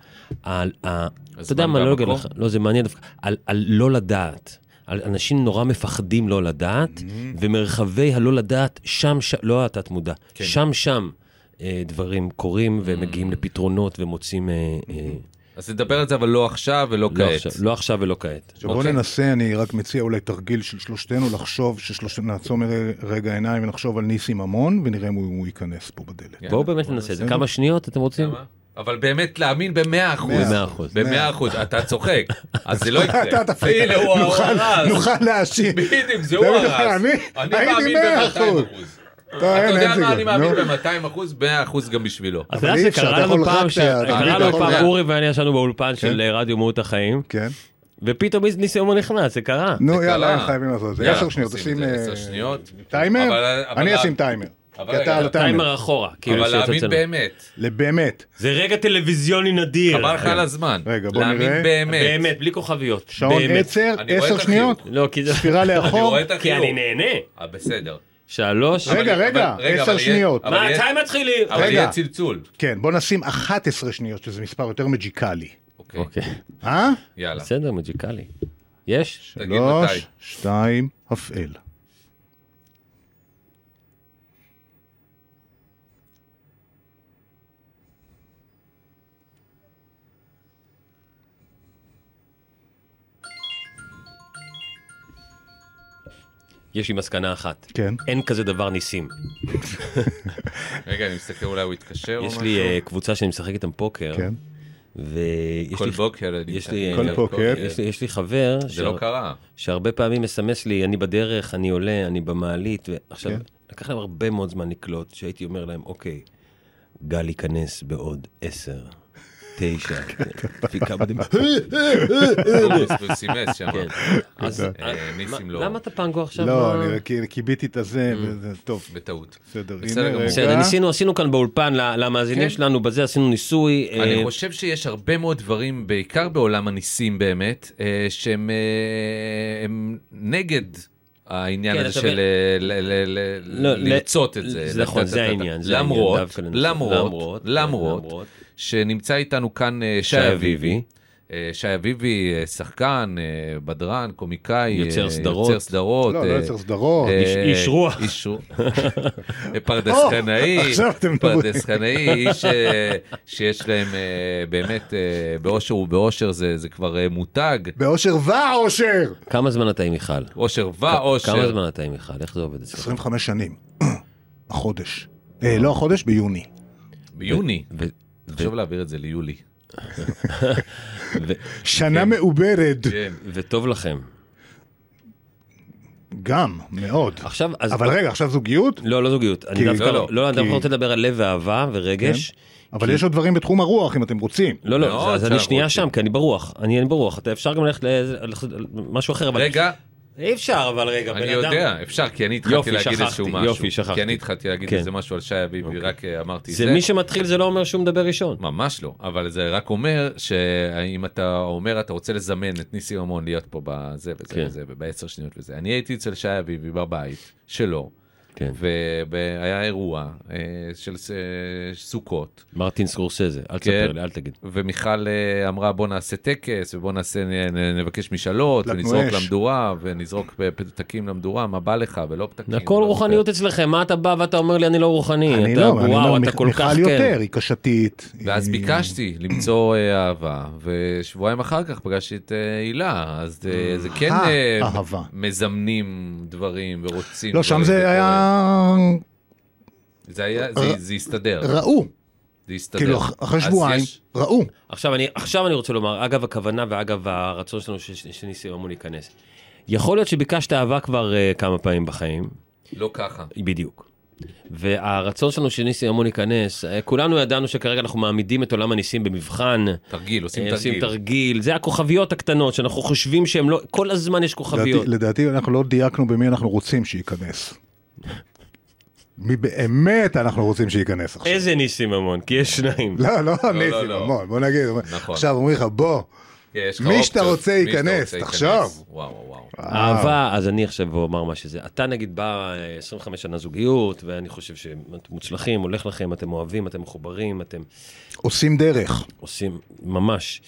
Speaker 2: על, ה אתה יודע מה, לא
Speaker 4: והמקום?
Speaker 2: אגיד לך, לא, זה מעניין דווקא, על, על לא לדעת. על אנשים נורא מפחדים לא לדעת,
Speaker 4: Mm-hmm.
Speaker 2: ומרחבי הלא לדעת, שם, שם לא התת מודע,
Speaker 4: כן. Mm-hmm.
Speaker 2: שם, שם אה, דברים קורים ומגיעים לפתרונות ומוצאים... אה, אה,
Speaker 4: אז נדבר על זה, אבל לא עכשיו ולא
Speaker 2: לא
Speaker 4: Mm-hmm. כעת.
Speaker 2: עכשיו- לא עכשיו ולא כעת.
Speaker 3: עכשיו בוא
Speaker 4: אוקיי.
Speaker 3: ננסה, אני רק מציע אולי תרגיל של שלושתנו לחשוב, ששלושתנו נעצום רגע עיניים ונחשוב על ניסים ממון, ונראה אם הוא הוא ייכנס פה בדלת.
Speaker 4: יאללה,
Speaker 2: בואו באמת ננסה
Speaker 3: כן.
Speaker 2: את זה. כמה שניות אתם רוצים?
Speaker 4: למה? אבל באמת להאמין במאה אחוז.
Speaker 2: מאה אחוז.
Speaker 4: במאה אחוז. אתה צוחק. אז זה לא יקרה.
Speaker 3: אתה תפריע.
Speaker 4: הנה, הוא
Speaker 3: נוכל-
Speaker 4: הרס.
Speaker 3: נוכל להאשים.
Speaker 4: בדיוק, זה הוא
Speaker 3: תמיד
Speaker 4: הרס.
Speaker 3: אומר, אני
Speaker 4: אני
Speaker 3: הייתי
Speaker 4: מאמין
Speaker 3: 100 אחוז.
Speaker 4: ב-200%.
Speaker 3: טוב,
Speaker 4: אתה
Speaker 3: אין, אין
Speaker 4: יודע מה?
Speaker 3: סיכוי,
Speaker 4: אני מאמין
Speaker 3: נו.
Speaker 4: ב-200 אחוז, 100 אחוז גם בשבילו.
Speaker 2: אז
Speaker 3: אבל אי אפשר,
Speaker 2: שקרה
Speaker 3: אתה יכול
Speaker 2: לנו פעם,
Speaker 3: רק
Speaker 2: ש-
Speaker 3: שה- אתה
Speaker 2: קרה
Speaker 4: יכול
Speaker 2: לנו
Speaker 4: רק
Speaker 2: פעם,
Speaker 4: שה-
Speaker 2: אורי ואני ישבנו באולפן של אה, רדיו מהות החיים,
Speaker 3: כן.
Speaker 2: ופתאום ניסי ממון נכנס, זה קרה.
Speaker 3: נו,
Speaker 4: קרה.
Speaker 3: יאללה, אין חייבים לעשות את זה.
Speaker 4: יאללה,
Speaker 3: עשר שניות,
Speaker 4: עושים את
Speaker 3: תשים...
Speaker 4: זה,
Speaker 3: אה,
Speaker 4: עשר שניות.
Speaker 3: טיימר?
Speaker 4: אבל- אה, אבל-
Speaker 3: אני אשים טיימר.
Speaker 4: אבל
Speaker 3: כי
Speaker 4: רגע,
Speaker 3: אתה על הטיימר.
Speaker 2: טיימר אחורה, כאילו
Speaker 4: אבל
Speaker 2: שיוצא
Speaker 4: להאמין
Speaker 2: אצלנו.
Speaker 4: באמת.
Speaker 3: לבאמת.
Speaker 2: זה רגע טלוויזיוני נדיר. כן.
Speaker 4: חבל לך על הזמן.
Speaker 3: רגע, בוא
Speaker 4: להאמין
Speaker 3: נראה.
Speaker 4: באמת.
Speaker 2: באמת, בלי כוכביות.
Speaker 3: שעון
Speaker 2: באמת.
Speaker 3: עצר,
Speaker 4: אני רואה
Speaker 3: עשר
Speaker 4: את
Speaker 3: שניות.
Speaker 2: לא, כי זה...
Speaker 3: ספירה
Speaker 4: אני
Speaker 3: לאחור.
Speaker 4: רואה את
Speaker 2: כי
Speaker 4: החיוך.
Speaker 2: אני נהנה.
Speaker 4: אה, בסדר.
Speaker 2: שלוש.
Speaker 3: רגע,
Speaker 4: אבל-
Speaker 3: רגע,
Speaker 4: אבל- רגע,
Speaker 3: עשר
Speaker 4: אבל יהיה-
Speaker 3: שניות.
Speaker 4: אבל
Speaker 2: מה,
Speaker 4: יהיה-
Speaker 2: מתי מתחילים?
Speaker 4: אבל
Speaker 3: רגע.
Speaker 4: יהיה צלצול.
Speaker 3: כן, בוא נשים 11 שניות, שזה מספר יותר מג'יקלי.
Speaker 4: אוקיי,
Speaker 2: אוקיי,
Speaker 3: אה?
Speaker 4: יאללה.
Speaker 2: בסדר, מג'יקלי. יש?
Speaker 4: תגיד מתי.
Speaker 3: שלוש, שתיים, הפעל.
Speaker 2: יש לי מסקנה אחת.
Speaker 3: כן.
Speaker 2: אין כזה דבר ניסים.
Speaker 4: רגע, אני מסתכל, אולי הוא יתקשר או
Speaker 2: יש
Speaker 4: לא משהו.
Speaker 2: לי אה, קבוצה שאני משחק איתם פוקר,
Speaker 3: כן.
Speaker 2: ויש
Speaker 4: כל
Speaker 2: לי...
Speaker 4: בוקר. אני- כן.
Speaker 2: יש לי,
Speaker 3: כל
Speaker 2: אה,
Speaker 3: בוקר.
Speaker 2: יש לי- יש לי חבר
Speaker 4: זה לא
Speaker 2: שה-
Speaker 4: קרה.
Speaker 2: שהרבה פעמים מסמס לי, אני בדרך, אני עולה, אני במעלית, ועכשיו,
Speaker 3: כן.
Speaker 2: לקח להם הרבה מאוד זמן לקלוט, שהייתי אומר להם, אוקיי, גל ייכנס בעוד עשר, תשע, כן, דפיקה בדמיון.
Speaker 4: הוא סימס שם.
Speaker 2: אה, כן. אז-
Speaker 4: אה, ניסים לא.
Speaker 2: למה אתה פנגו עכשיו?
Speaker 3: לא,
Speaker 2: מה?
Speaker 3: אני רק כיביתי את הזה, וזה טוב.
Speaker 4: בטעות.
Speaker 3: בסדר,
Speaker 4: Mm. בסדר
Speaker 3: הנה
Speaker 4: גמור.
Speaker 3: רגע.
Speaker 2: בסדר, ניסינו, עשינו כאן באולפן, ל- למאזינים
Speaker 4: כן.
Speaker 2: שלנו, בזה עשינו ניסוי. אה,
Speaker 4: אני חושב שיש הרבה מאוד דברים, בעיקר בעולם הניסים באמת, אה, שהם אה, הם נגד העניין
Speaker 2: כן,
Speaker 4: הזה
Speaker 2: אתה
Speaker 4: של
Speaker 2: מבין.
Speaker 4: אה, ל- ל- ל-
Speaker 2: לא, ל-
Speaker 4: לרצות את זה.
Speaker 2: זה נכון,
Speaker 4: לתת-
Speaker 2: זה
Speaker 4: לתת-
Speaker 2: העניין, זה העניין,
Speaker 4: למרות,
Speaker 2: דווקא לנסות.
Speaker 4: למרות,
Speaker 2: למרות, כן,
Speaker 4: למרות,
Speaker 2: למרות.
Speaker 4: שנמצא איתנו כאן אה, שי
Speaker 2: שי
Speaker 4: אביבי.
Speaker 2: אביבי.
Speaker 4: אה, שי אביבי, אה, שחקן, אה, בדרן, קומיקאי,
Speaker 2: יוצר
Speaker 4: אה,
Speaker 2: סדרות.
Speaker 4: יוצר סדרות.
Speaker 3: לא, לא
Speaker 4: אה,
Speaker 3: יוצר סדרות.
Speaker 4: אה,
Speaker 2: איש- איש רוח.
Speaker 4: איש רוח. אה, פרדס
Speaker 3: או,
Speaker 4: חנאי,
Speaker 3: עכשיו אתם
Speaker 4: פרדס חנאי, איש אה, שיש להם אה, באמת אה, באושר ובאושר זה זה כבר אה, מותג.
Speaker 3: באושר ועושר!
Speaker 2: כמה זמן אתה עם מיכל?
Speaker 4: אושר ואושר.
Speaker 2: כמה זמן אתה עם מיכל? איך זה עובד אצלך?
Speaker 3: 25 שנים. החודש. אה, לא החודש, ביוני.
Speaker 4: ביוני.
Speaker 2: ו- כן.
Speaker 4: תחשוב להעביר את זה ליולי.
Speaker 2: ו-
Speaker 3: שנה מעוברת.
Speaker 4: כן.
Speaker 2: וטוב לכם.
Speaker 3: גם, מאוד.
Speaker 2: עכשיו, אז...
Speaker 3: אבל רגע, עכשיו זוגיות?
Speaker 2: לא, לא זוגיות. אני
Speaker 3: כי-
Speaker 2: דווקא
Speaker 4: לא, לא,
Speaker 2: לא, אני דווקא
Speaker 3: כי- כן.
Speaker 2: רוצה לדבר על לב ואהבה ורגש.
Speaker 4: כן.
Speaker 3: אבל יש עוד דברים בתחום הרוח, אם אתם רוצים.
Speaker 2: לא, לא,
Speaker 4: מאוד
Speaker 2: אז- אז אני
Speaker 4: שאנחנו
Speaker 2: שנייה
Speaker 4: רוצים.
Speaker 2: שם, כי אני ברוח. אני אני ברוח. אתה אפשר גם ללכת לאיזה- ללכת- משהו אחר, אבל...
Speaker 4: רגע,
Speaker 2: אי אפשר, אבל רגע, בן
Speaker 4: אני
Speaker 2: אדם...
Speaker 4: יודע, אפשר, כי אני
Speaker 2: יופי,
Speaker 4: התחלתי להגיד
Speaker 2: שכחתי,
Speaker 4: איזשהו
Speaker 2: יופי,
Speaker 4: משהו.
Speaker 2: שכחתי.
Speaker 4: כי אני התחלתי להגיד
Speaker 2: כן.
Speaker 4: איזה משהו על שי אביבי,
Speaker 2: אוקיי.
Speaker 4: רק אה, אמרתי
Speaker 2: זה מי שמתחיל זה לא אומר שהוא מדבר ראשון.
Speaker 4: ממש לא, אבל זה רק אומר שאם אתה אומר, אתה רוצה לזמן את ניסי רמון להיות פה בזה וזה
Speaker 2: כן.
Speaker 4: וזה, ובעשר שניות וזה. אני הייתי אצל שי אביבי בבית שלו,
Speaker 2: כן.
Speaker 4: והיה אירוע אה, של ס- אה, סוכות,
Speaker 2: מרטין סקורסזה, אל
Speaker 4: כן.
Speaker 2: תספר לי, אל תגיד.
Speaker 4: ומיכל אה, אמרה בוא נעשה טקס ובוא נעשה נ- נ- נבקש משאלות
Speaker 3: הדלקנו
Speaker 4: ונזרוק
Speaker 3: אש.
Speaker 4: למדורה ונזרוק אה, פ- פתקים למדורה מה בא לך ולא פתקים.
Speaker 2: הכל
Speaker 4: ולא
Speaker 2: רוחניות
Speaker 4: פתק.
Speaker 2: אצלכם, מה אתה בא ואתה אומר לי אני לא רוחני?
Speaker 3: אני
Speaker 2: אתה-
Speaker 3: לא, אבל אני
Speaker 2: וואו,
Speaker 3: אומר,
Speaker 2: אתה
Speaker 3: מיכ-
Speaker 2: כל כך
Speaker 3: מיכל
Speaker 2: כן.
Speaker 3: יותר, היא קשתית.
Speaker 4: ואז
Speaker 3: היא-
Speaker 4: ביקשתי למצוא אה, אהבה ושבועיים אחר כך פגשתי את אה, הילה אז אה, זה כן
Speaker 3: אה,
Speaker 4: אה,
Speaker 3: אהבה.
Speaker 4: מזמנים דברים ורוצים.
Speaker 3: לא, שם
Speaker 4: דברים
Speaker 3: זה
Speaker 4: וקורה.
Speaker 3: היה...
Speaker 4: זה היה זה- זה הסתדר
Speaker 3: ראו.
Speaker 4: זה הסתדר.
Speaker 3: כאילו, אח- אחרי
Speaker 4: אז
Speaker 3: שבועיים,
Speaker 4: יש-
Speaker 3: ראו.
Speaker 2: עכשיו אני, עכשיו אני רוצה לומר, אגב הכוונה ואגב הרצון שלנו ש- ש- שניסי רמון ייכנס. יכול להיות שביקשת אהבה כבר אה, כמה פעמים בחיים,
Speaker 4: לא ככה.
Speaker 2: בדיוק. והרצון שלנו שניסי רמון ייכנס, אה, כולנו ידענו שכרגע אנחנו מעמידים את עולם הניסים במבחן.
Speaker 4: תרגיל עושים
Speaker 2: אה, עושים
Speaker 4: תרגיל.
Speaker 2: תרגיל, זה הכוכביות הקטנות שאנחנו חושבים שהן לא, כל הזמן יש כוכביות.
Speaker 3: לדעתי- לדעתי אנחנו לא דייקנו במי אנחנו רוצים שייכנס. מי באמת אנחנו רוצים שייכנס עכשיו.
Speaker 2: איזה ניסים המון, כי יש שניים.
Speaker 3: לא, לא, ניסים,
Speaker 4: לא.
Speaker 3: בוא, בוא נגיד,
Speaker 4: נכון.
Speaker 3: עכשיו אומרים לך, בוא,
Speaker 4: יש לך
Speaker 3: מי שאתה
Speaker 4: אופציות,
Speaker 3: רוצה
Speaker 4: מי שאתה
Speaker 3: ייכנס,
Speaker 4: רוצה ייכנס.
Speaker 3: תחשוב.
Speaker 4: וואו וואו, וואו.
Speaker 2: אהבה, אז אני עכשיו אומר מה שזה. אתה נגיד בא אה, 25 שנה זוגיות, ואני חושב שאתם מוצלחים, הולך לכם, אתם אוהבים, אתם מחוברים, אתם
Speaker 3: עושים דרך.
Speaker 2: עושים ממש.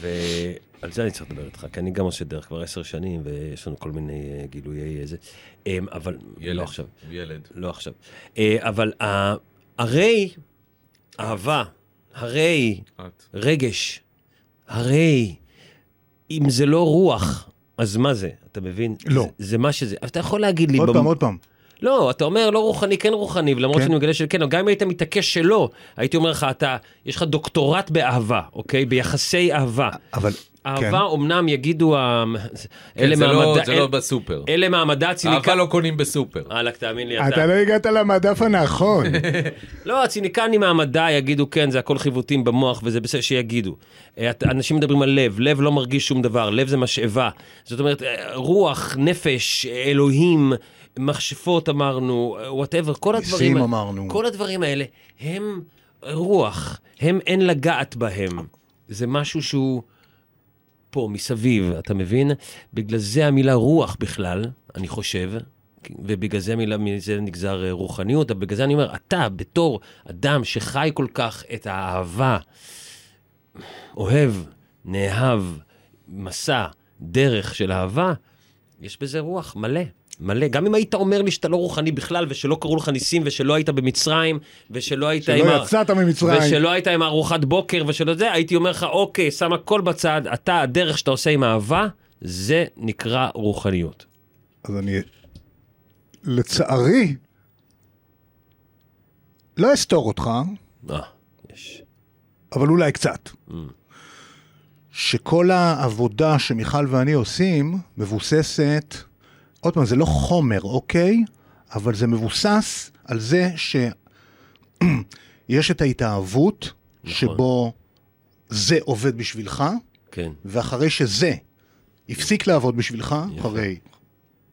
Speaker 2: ועל זה אני צריך לדבר איתך, כי אני גם עושה דרך כבר עשר שנים, ויש לנו כל מיני אה, גילויי איזה. אמ, אבל
Speaker 4: ילד.
Speaker 2: לא עכשיו.
Speaker 4: ילד.
Speaker 2: לא עכשיו. אה, אבל ה- הרי אהבה, הרי
Speaker 4: את.
Speaker 2: רגש. הרי אם זה לא רוח, אז מה זה? אתה מבין?
Speaker 3: לא.
Speaker 2: זה, זה מה שזה. אתה יכול להגיד לי...
Speaker 3: עוד
Speaker 2: במ-
Speaker 3: פעם, עוד פעם.
Speaker 2: לא, אתה אומר לא רוחני, כן רוחני, ולמרות
Speaker 3: כן.
Speaker 2: שאני מגלה שכן, אבל גם אם היית מתעקש שלא, הייתי אומר לך, אתה, יש לך דוקטורט באהבה, אוקיי? ביחסי אהבה.
Speaker 3: אבל, כן.
Speaker 2: אהבה אומנם יגידו, ה-
Speaker 4: כן,
Speaker 2: אלה
Speaker 4: זה לא-
Speaker 2: מעמדה-
Speaker 4: זה לא
Speaker 2: אל-
Speaker 4: בסופר.
Speaker 2: אלה אה, מעמדה
Speaker 4: אהבה
Speaker 2: הציניקן...
Speaker 4: לא קונים בסופר.
Speaker 2: הלאה, תאמין לי,
Speaker 3: אתה לא הגעת למדף הנכון.
Speaker 2: לא, הציניקנים מהמדע יגידו, כן, זה הכל חיווטים במוח, וזה בסדר שיגידו. אה, את- אנשים מדברים על לב, לב לא מרגיש שום דבר, לב זה משאבה. זאת אומרת, אה, רוח, נפש, אלוהים, מכשפות אמרנו, וואטאבר, כל
Speaker 3: ניסים
Speaker 2: הדברים... ה-
Speaker 3: אמרנו.
Speaker 2: כל הדברים האלה הם רוח, הם אין לגעת בהם. זה משהו שהוא פה, מסביב, אתה מבין? בגלל זה המילה רוח בכלל, אני חושב, ובגלל זה המילה, מזה נגזר אה, רוחניות, אבל בגלל זה אני אומר, אתה, בתור אדם שחי כל כך את האהבה, אוהב, נאהב, מסע, דרך של אהבה, יש בזה רוח מלא. מלא. גם אם היית אומר לי שאתה לא רוחני בכלל, ושלא קראו לך ניסים, ושלא היית במצרים, ושלא היית עם...
Speaker 3: שלא
Speaker 2: ה-
Speaker 3: יצאת ממצרים.
Speaker 2: ושלא היית עם ארוחת בוקר ושלא זה, הייתי אומר לך, אוקיי, שם הכל בצד, אתה, הדרך שאתה עושה עם אהבה, זה נקרא רוחניות.
Speaker 3: אז אני, לצערי, לא אסתור אותך,
Speaker 2: אה, יש. Mm.
Speaker 3: אבל אולי קצת. שכל העבודה שמיכל ואני עושים מבוססת, עוד פעם, זה לא חומר, אוקיי? אבל זה מבוסס על זה שיש את ההתאהבות, שבו זה עובד בשבילך,
Speaker 2: כן,
Speaker 3: ואחרי שזה הפסיק לעבוד בשבילך, אחרי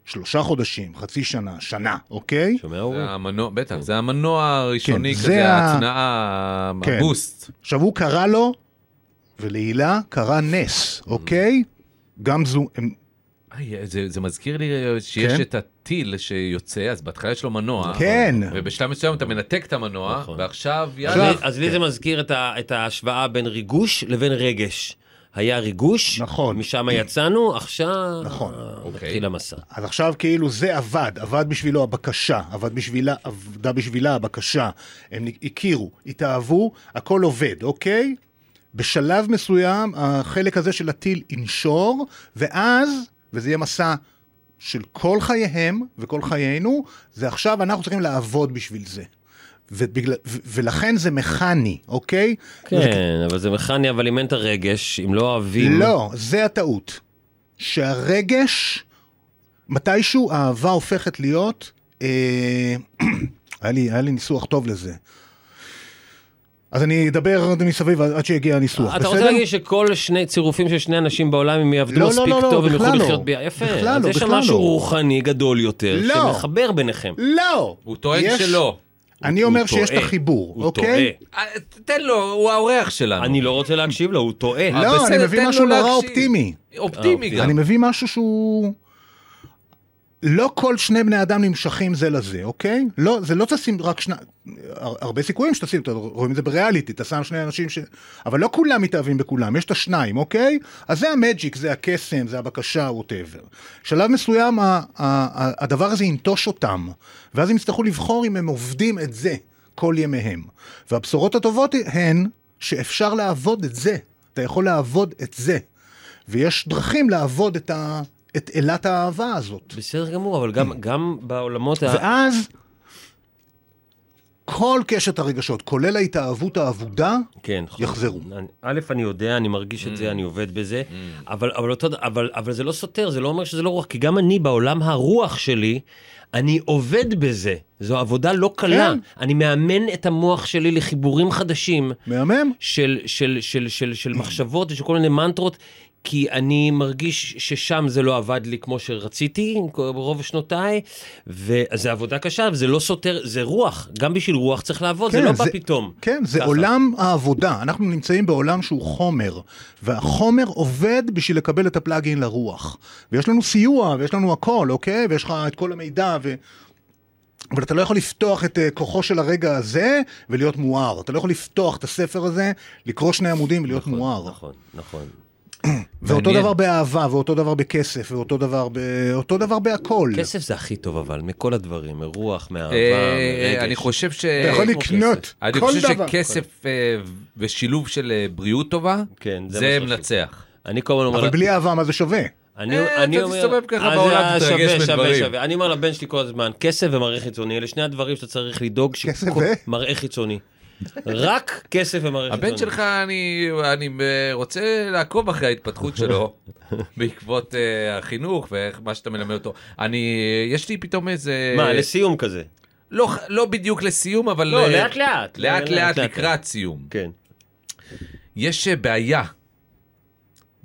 Speaker 3: שלושה חודשים, חצי שנה, שנה, אוקיי?
Speaker 2: שומע אורי?
Speaker 4: זה המנוע, בטח, זה המנוע הראשוני,
Speaker 3: כן,
Speaker 4: כזה
Speaker 3: זה ה-
Speaker 4: ההתנעה,
Speaker 3: כן.
Speaker 4: הבוסט.
Speaker 3: עכשיו, הוא קרא לו, ולהילה קרא נס, אוקיי? גם זו, הם-
Speaker 4: איי, זה זה מזכיר לי אה, שיש
Speaker 3: כן.
Speaker 4: את הטיל שיוצא, אז בהתחלה יש לו מנוע.
Speaker 3: כן.
Speaker 4: ובשלב מסוים אתה מנתק את המנוע,
Speaker 2: נכון.
Speaker 4: ועכשיו
Speaker 2: אז
Speaker 4: יאללה.
Speaker 2: לי-
Speaker 3: כן.
Speaker 2: אז לי זה מזכיר את ה- את ההשוואה בין ריגוש לבין רגש. היה ריגוש,
Speaker 3: נכון.
Speaker 2: משם יצאנו, עכשיו
Speaker 3: נכון.
Speaker 2: מתחיל המסע.
Speaker 3: אז עכשיו כאילו זה עבד, עבד בשבילו הבקשה, עבד בשבילה, עבדה בשבילה הבקשה. הם הכירו, התאהבו, הכל עובד, אוקיי? בשלב מסוים, החלק הזה של הטיל ינשור, ואז, וזה יהיה מסע של כל חייהם וכל חיינו, זה עכשיו אנחנו צריכים לעבוד בשביל זה. ובגלל, ו- ולכן זה מכני, אוקיי?
Speaker 2: כן, אבל זה מכני, אבל אם אין את הרגש, אם לא אוהבים...
Speaker 3: לא, זה הטעות. שהרגש, מתישהו האהבה הופכת להיות, אה, היה, לי, היה לי ניסוח טוב לזה. אז אני אדבר עוד מסביב עד שיגיע הניסוח,
Speaker 2: אתה
Speaker 3: בסדר?
Speaker 2: רוצה להגיד שכל שני צירופים של שני אנשים בעולם, הם יעבדו
Speaker 3: לא, לא,
Speaker 2: מספיק
Speaker 3: לא, לא,
Speaker 2: טוב, הם יוכלו
Speaker 3: בכלל לא.
Speaker 2: לחיות ביחד? יפה,
Speaker 3: בכלל
Speaker 2: אז
Speaker 3: לא,
Speaker 2: יש שם
Speaker 3: בכלל
Speaker 2: משהו
Speaker 3: לא.
Speaker 2: רוחני גדול יותר,
Speaker 3: לא.
Speaker 2: שמחבר ביניכם.
Speaker 3: לא!
Speaker 4: הוא טוען
Speaker 3: יש-
Speaker 4: שלא.
Speaker 3: אני
Speaker 2: הוא
Speaker 3: אומר שיש את
Speaker 2: טועה.
Speaker 3: החיבור,
Speaker 2: הוא
Speaker 3: אוקיי?
Speaker 2: טועה.
Speaker 4: אה, תן לו, הוא האורח שלנו.
Speaker 2: אני לא רוצה להקשיב לו, הוא טועה.
Speaker 4: אה,
Speaker 3: לא,
Speaker 4: בסדר,
Speaker 3: אני מביא
Speaker 4: תן לו
Speaker 3: משהו נורא
Speaker 4: להקשיב.
Speaker 3: אופטימי.
Speaker 4: אופטימי
Speaker 2: אה,
Speaker 4: גם.
Speaker 3: אני מביא משהו שהוא... לא כל שני בני אדם נמשכים זה לזה, אוקיי? לא, זה לא תשים רק שני... הר- הרבה סיכויים שתשים, אתה רואים את זה בריאליטי, אתה שם שני אנשים ש... אבל לא כולם מתאהבים בכולם, יש את השניים, אוקיי? אז זה המג'יק, זה הקסם, זה הבקשה, ווטאבר. שלב מסוים ה- ה- ה- הדבר הזה ינטוש אותם, ואז הם יצטרכו לבחור אם הם עובדים את זה כל ימיהם. והבשורות הטובות הן שאפשר לעבוד את זה. אתה יכול לעבוד את זה. ויש דרכים לעבוד את, ה... את אלת האהבה הזאת.
Speaker 2: בסדר גמור, אבל גם- גם בעולמות ה...
Speaker 3: ואז כל קשת הרגשות, כולל ההתאהבות האבודה,
Speaker 2: כן, נכון.
Speaker 3: יחזרו.
Speaker 2: אני- א', אני יודע, אני מרגיש את זה, אני עובד בזה, אבל, אבל, אותו, ד- אבל, אבל זה לא סותר, זה לא אומר שזה לא רוח, כי גם אני בעולם הרוח שלי, אני עובד בזה. זו עבודה לא קלה.
Speaker 3: כן.
Speaker 2: אני מאמן את המוח שלי לחיבורים חדשים
Speaker 3: מהמם?
Speaker 2: של, של, של, של, של מחשבות ושל כל מיני מנטרות, כי אני מרגיש ששם זה לא עבד לי כמו שרציתי ברוב שנותיי, וזו עבודה קשה, וזה לא סותר, זה רוח. גם בשביל רוח צריך לעבוד, זה
Speaker 3: כן,
Speaker 2: לא בא פתאום.
Speaker 3: כן, זה
Speaker 2: ככה.
Speaker 3: עולם העבודה. אנחנו נמצאים בעולם שהוא חומר, והחומר עובד בשביל לקבל את הפלאגין לרוח. ויש לנו סיוע, ויש לנו הכל, אוקיי? ויש לך את כל המידע, ו... אבל אתה לא יכול לפתוח את אה, כוחו של הרגע הזה ולהיות מואר. אתה לא יכול לפתוח את הספר הזה, לקרוא שני עמודים ולהיות
Speaker 2: נכון,
Speaker 3: מואר.
Speaker 2: נכון, נכון.
Speaker 3: ואותו
Speaker 4: מעניין.
Speaker 3: דבר באהבה, ואותו דבר בכסף, ואותו דבר, ב... אותו דבר בהכל.
Speaker 2: כסף זה הכי טוב אבל, מכל הדברים, מרוח, מאהבה,
Speaker 4: אה,
Speaker 2: מרגש.
Speaker 4: אני חושב ש...
Speaker 3: אתה יכול
Speaker 2: כמו
Speaker 3: לקנות
Speaker 2: כסף.
Speaker 4: אני
Speaker 3: כל
Speaker 4: חושב
Speaker 3: דבר.
Speaker 4: שכסף אה, ושילוב של אה, בריאות טובה,
Speaker 2: כן, זה
Speaker 4: זה
Speaker 2: מה שחשוב.
Speaker 4: מנצח.
Speaker 2: אני כל הזמן אומר...
Speaker 3: אבל בלי אהבה מה זה שווה?
Speaker 2: אני,
Speaker 4: אה,
Speaker 2: אני
Speaker 4: אתה
Speaker 2: אומר...
Speaker 4: תסתובב ככה
Speaker 2: אז
Speaker 4: בעולם,
Speaker 2: אה,
Speaker 4: תתרגש
Speaker 2: שווה, שווה,
Speaker 4: מדברים.
Speaker 2: שווה. אני אומר לבן שלי כל הזמן, כסף ומראה חיצוני, אלה שני הדברים שאתה צריך לדאוג. ש-
Speaker 3: כסף
Speaker 2: כל-
Speaker 3: ו?
Speaker 2: מראה חיצוני. רק כסף ומראה חיצוני.
Speaker 4: הבן שלך, אני, אני אה, רוצה לעקוב אחרי ההתפתחות שלו בעקבות אה, החינוך ומה שאתה מלמד אותו. אני, יש לי פתאום איזה...
Speaker 2: מה, לסיום כזה.
Speaker 4: לא, ח- לא בדיוק לסיום, אבל...
Speaker 2: לא,
Speaker 4: אה,
Speaker 2: לאט לאט.
Speaker 4: לאט לאט לקראת סיום.
Speaker 2: כן.
Speaker 4: יש אה, בעיה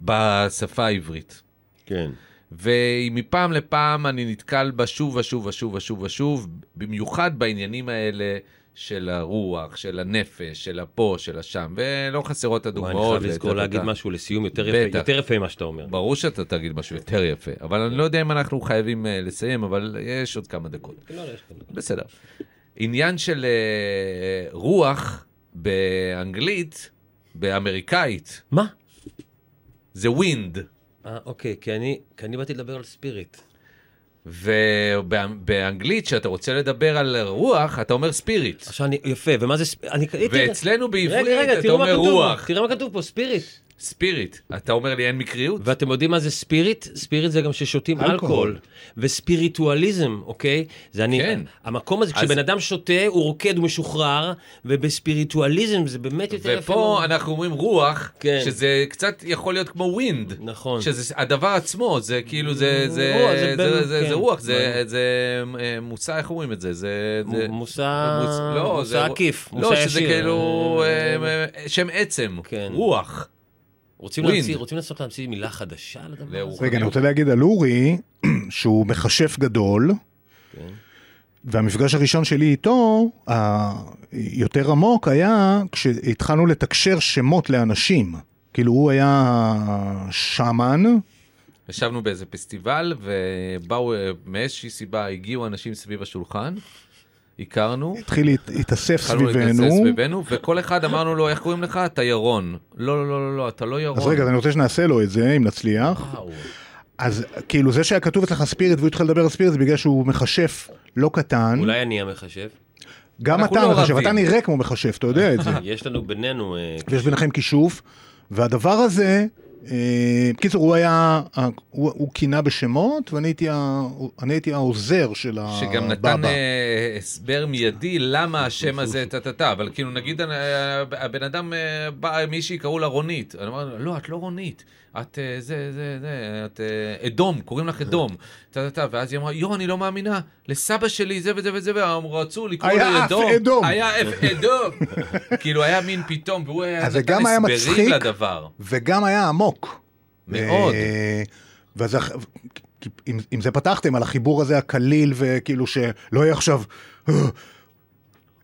Speaker 4: בשפה העברית.
Speaker 2: כן.
Speaker 4: ומפעם לפעם אני נתקל בה שוב ושוב ושוב ושוב ושוב, במיוחד בעניינים האלה של הרוח, של הנפש, של הפה, של השם, ולא חסרות
Speaker 2: וואי,
Speaker 4: הדוגמאות.
Speaker 2: אני חייב
Speaker 4: ואת-
Speaker 2: לזכור להגיד
Speaker 4: אתה-
Speaker 2: משהו לסיום יותר יפה,
Speaker 4: בטח.
Speaker 2: יותר יפה ממה שאתה אומר.
Speaker 4: ברור שאתה תגיד משהו יותר יפה, אבל אני לא יודע אם אנחנו חייבים אה, לסיים, אבל לא, יש עוד כמה דקות. בסדר. עניין של אה, רוח באנגלית, באמריקאית,
Speaker 2: מה?
Speaker 4: זה ווינד.
Speaker 2: אה, אוקיי, כי אני- כי אני באתי לדבר על ספיריט.
Speaker 4: ובאנגלית, כשאתה רוצה לדבר על רוח, אתה אומר spirit.
Speaker 2: עכשיו אני, יפה, ומה זה, ספ- אני קראתי,
Speaker 4: ואצלנו בעברית
Speaker 2: רגע, רגע,
Speaker 4: אתה
Speaker 2: תראו מה
Speaker 4: אומר
Speaker 2: כתוב,
Speaker 4: רוח.
Speaker 2: תראה מה כתוב פה, ספיריט.
Speaker 4: spirit. אתה אומר לי אין מקריות?
Speaker 2: ואתם יודעים מה זה ספיריט? ספיריט זה גם ששותים
Speaker 3: אלכוהול.
Speaker 2: אלכוהול. וספיריטואליזם, אוקיי? זה אני,
Speaker 4: כן.
Speaker 2: המקום הזה,
Speaker 4: אז-
Speaker 2: כשבן אדם שותה, הוא רוקד, הוא משוחרר, ובספיריטואליזם זה באמת יותר יפה.
Speaker 4: ופה
Speaker 2: מאוד.
Speaker 4: אנחנו אומרים רוח,
Speaker 2: כן.
Speaker 4: שזה קצת יכול להיות כמו ווינד.
Speaker 2: נכון.
Speaker 4: שזה הדבר עצמו, זה כאילו, זה זה-
Speaker 2: רוח, זה
Speaker 4: זה-
Speaker 2: בין-
Speaker 4: זה-
Speaker 2: כן.
Speaker 4: זה רוח, זה- זה אה, מושא, איך אומרים את זה? זה... זה-
Speaker 2: מ- מושא-
Speaker 4: מוס- לא,
Speaker 2: מושא
Speaker 4: זה-
Speaker 2: עקיף,
Speaker 4: לא,
Speaker 2: מושא
Speaker 4: שזה
Speaker 2: ישיר.
Speaker 4: כאילו אה, אה, שם עצם,
Speaker 2: כן.
Speaker 4: רוח.
Speaker 2: רוצים
Speaker 4: ווינד.
Speaker 2: להמציא- רוצים לנסות להמציא מילה חדשה לדבר
Speaker 4: לרוח.
Speaker 2: הזה?
Speaker 3: רגע, אני רוצה להגיד על אורי, שהוא מכשף גדול, והמפגש הראשון שלי איתו, היותר עמוק, היה כשהתחלנו לתקשר שמות לאנשים. כאילו, הוא היה שמן,
Speaker 4: ישבנו באיזה פסטיבל ובאו אה, מאיזושהי סיבה הגיעו אנשים סביב השולחן, הכרנו,
Speaker 3: התחיל להת- להתאסף
Speaker 4: התחלנו להתנצל
Speaker 3: סביבנו.
Speaker 4: סביבנו, וכל אחד אמרנו לו איך קוראים לך? אתה ירון. לא לא לא לא לא אתה לא ירון.
Speaker 3: אז רגע, אז אני רוצה שנעשה לו את זה, אם נצליח.
Speaker 4: וואו.
Speaker 3: אז כאילו, זה שהיה כתוב אצלך ספיריט והוא התחיל לדבר על ספיריט, זה בגלל שהוא מכשף לא קטן.
Speaker 2: אולי אני המחשב?
Speaker 3: גם
Speaker 4: אנחנו
Speaker 3: אתה
Speaker 4: לא
Speaker 3: מכשף,
Speaker 4: רבים.
Speaker 3: אתה נראה כמו מכשף, אתה יודע את זה.
Speaker 2: יש לנו בינינו... אה,
Speaker 3: ויש ביניכם כישוף, והדבר הזה אה, בקיצור, הוא היה, אה, הוא הוא כינה בשמות, ואני הייתי ה- אני הייתי העוזר של הבבא.
Speaker 4: שגם נתן אה, הסבר מיידי למה השם הזה טה-טה-טה, אבל כאילו נגיד אה, הבן אדם אה, בא, מישהי קראו לה רונית, אני אומר, לא, את לא רונית, את אה, זה, זה, זה, את אה, אדום, קוראים לך אדום, טה-טה-טה, ואז היא אמרה, יואו, אני לא מאמינה, לסבא שלי זה וזה וזה, והם רצו לקרוא
Speaker 3: היה
Speaker 4: לי
Speaker 3: אף
Speaker 4: אדום,
Speaker 3: אדום.
Speaker 4: היה אף אדום, כאילו היה מין פתאום, והוא היה
Speaker 3: אז אה, זה
Speaker 4: נתן
Speaker 3: גם היה
Speaker 4: הסברים
Speaker 3: מצחיק.
Speaker 4: לדבר,
Speaker 3: וגם היה עמוק.
Speaker 4: מאוד.
Speaker 3: אה, ואז אח- כי- עם, עם זה פתחתם, על החיבור הזה הקליל, וכאילו שלא יהיה עכשיו, "אה,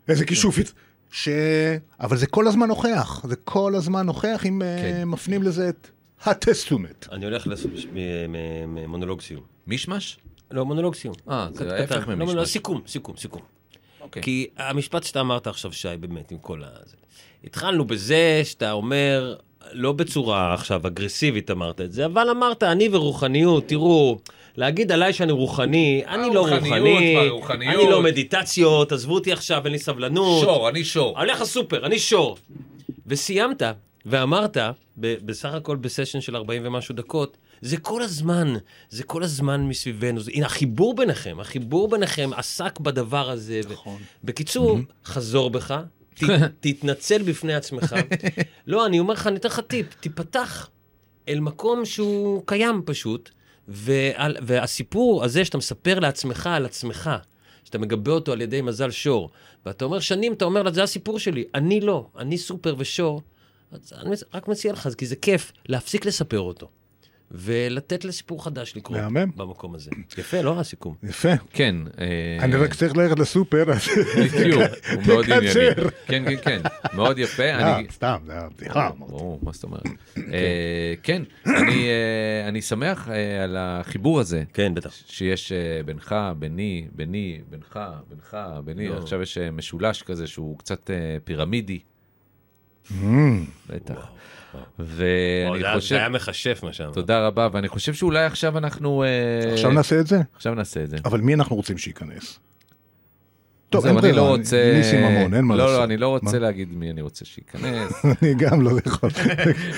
Speaker 3: איזה כישוף. יצ-" ש... אבל זה כל הזמן נוכח, זה כל הזמן נוכח אם אה,
Speaker 4: כן.
Speaker 3: מפנים לזה את הטסטומט.
Speaker 2: אני הולך לעשות מש- מ- מ- מ- מונולוג סיום.
Speaker 4: מישמש?
Speaker 2: לא, מונולוג סיום.
Speaker 4: אה, זה
Speaker 2: קט-
Speaker 4: ההפך
Speaker 2: קטן. לא,
Speaker 4: ממשפט.
Speaker 2: לא, סיכום, סיכום, סיכום.
Speaker 4: אוקיי.
Speaker 2: כי המשפט שאתה אמרת עכשיו, שי, באמת, עם כל ה... זה. התחלנו בזה שאתה אומר, לא בצורה עכשיו אגרסיבית אמרת את זה, אבל אמרת, אני ורוחניות, תראו, להגיד עליי שאני רוחני, אני לא
Speaker 4: הרוחניות
Speaker 2: רוחני,
Speaker 4: והרוחניות.
Speaker 2: אני לא מדיטציות, עזבו אותי עכשיו, אין לי סבלנות.
Speaker 4: שור, אני שור.
Speaker 2: אני הולך לסופר, אני שור. וסיימת, ואמרת, ב- בסך הכל בסשן של 40 ומשהו דקות, זה כל הזמן, זה כל הזמן מסביבנו. זה, הנה, החיבור ביניכם, החיבור ביניכם עסק בדבר הזה. נכון. בקיצור, חזור בך, ת, תתנצל בפני עצמך. לא, אני אומר לך, אני אתן לך טיפ, תיפתח אל מקום שהוא קיים פשוט, ועל, והסיפור הזה שאתה מספר לעצמך על עצמך, שאתה מגבה אותו על ידי מזל שור, ואתה אומר שנים, אתה אומר לה, זה הסיפור שלי, אני לא, אני סופר ושור, אז אני מס- רק מציע לך, כי זה כיף להפסיק לספר אותו, ולתת לסיפור חדש לקרות
Speaker 3: מהמם.
Speaker 2: במקום הזה. יפה, לא רע הסיכום.
Speaker 3: יפה.
Speaker 4: כן. אה,
Speaker 3: אני רק צריך ללכת לסופר, אז...
Speaker 4: בדיוק, הוא מאוד
Speaker 3: תקצר.
Speaker 4: ענייני. כן, כן, כן, מאוד יפה.
Speaker 3: אה,
Speaker 4: אני- אה.
Speaker 3: סתם, זה היה בדיחה. אמרתי.
Speaker 4: ברור, מה זאת אומרת? אה, כן, אני, אה, אני שמח אה, על החיבור הזה
Speaker 2: כן, בטח.
Speaker 4: שיש אה, בינך, ביני, ביני, בינך, בינך, ביני.
Speaker 2: לא.
Speaker 4: עכשיו יש אה, משולש כזה שהוא קצת אה, פירמידי,
Speaker 3: אמ,
Speaker 4: בטח.
Speaker 2: וואו. וואו, זה
Speaker 4: ואני
Speaker 2: היה- זה
Speaker 4: חושב,
Speaker 2: היה מכשף מה שאמרת.
Speaker 4: תודה רבה, ואני חושב שאולי עכשיו אנחנו... אה,
Speaker 3: עכשיו נעשה את זה?
Speaker 4: עכשיו נעשה את זה.
Speaker 3: אבל מי אנחנו רוצים שייכנס?
Speaker 4: טוב, אני לא רוצה...
Speaker 3: ניסים ממון, אין מה
Speaker 4: לא,
Speaker 3: לעשות.
Speaker 4: לא, אני לא רוצה
Speaker 3: מה?
Speaker 4: להגיד מי אני רוצה שייכנס.
Speaker 3: אני גם לא יכול.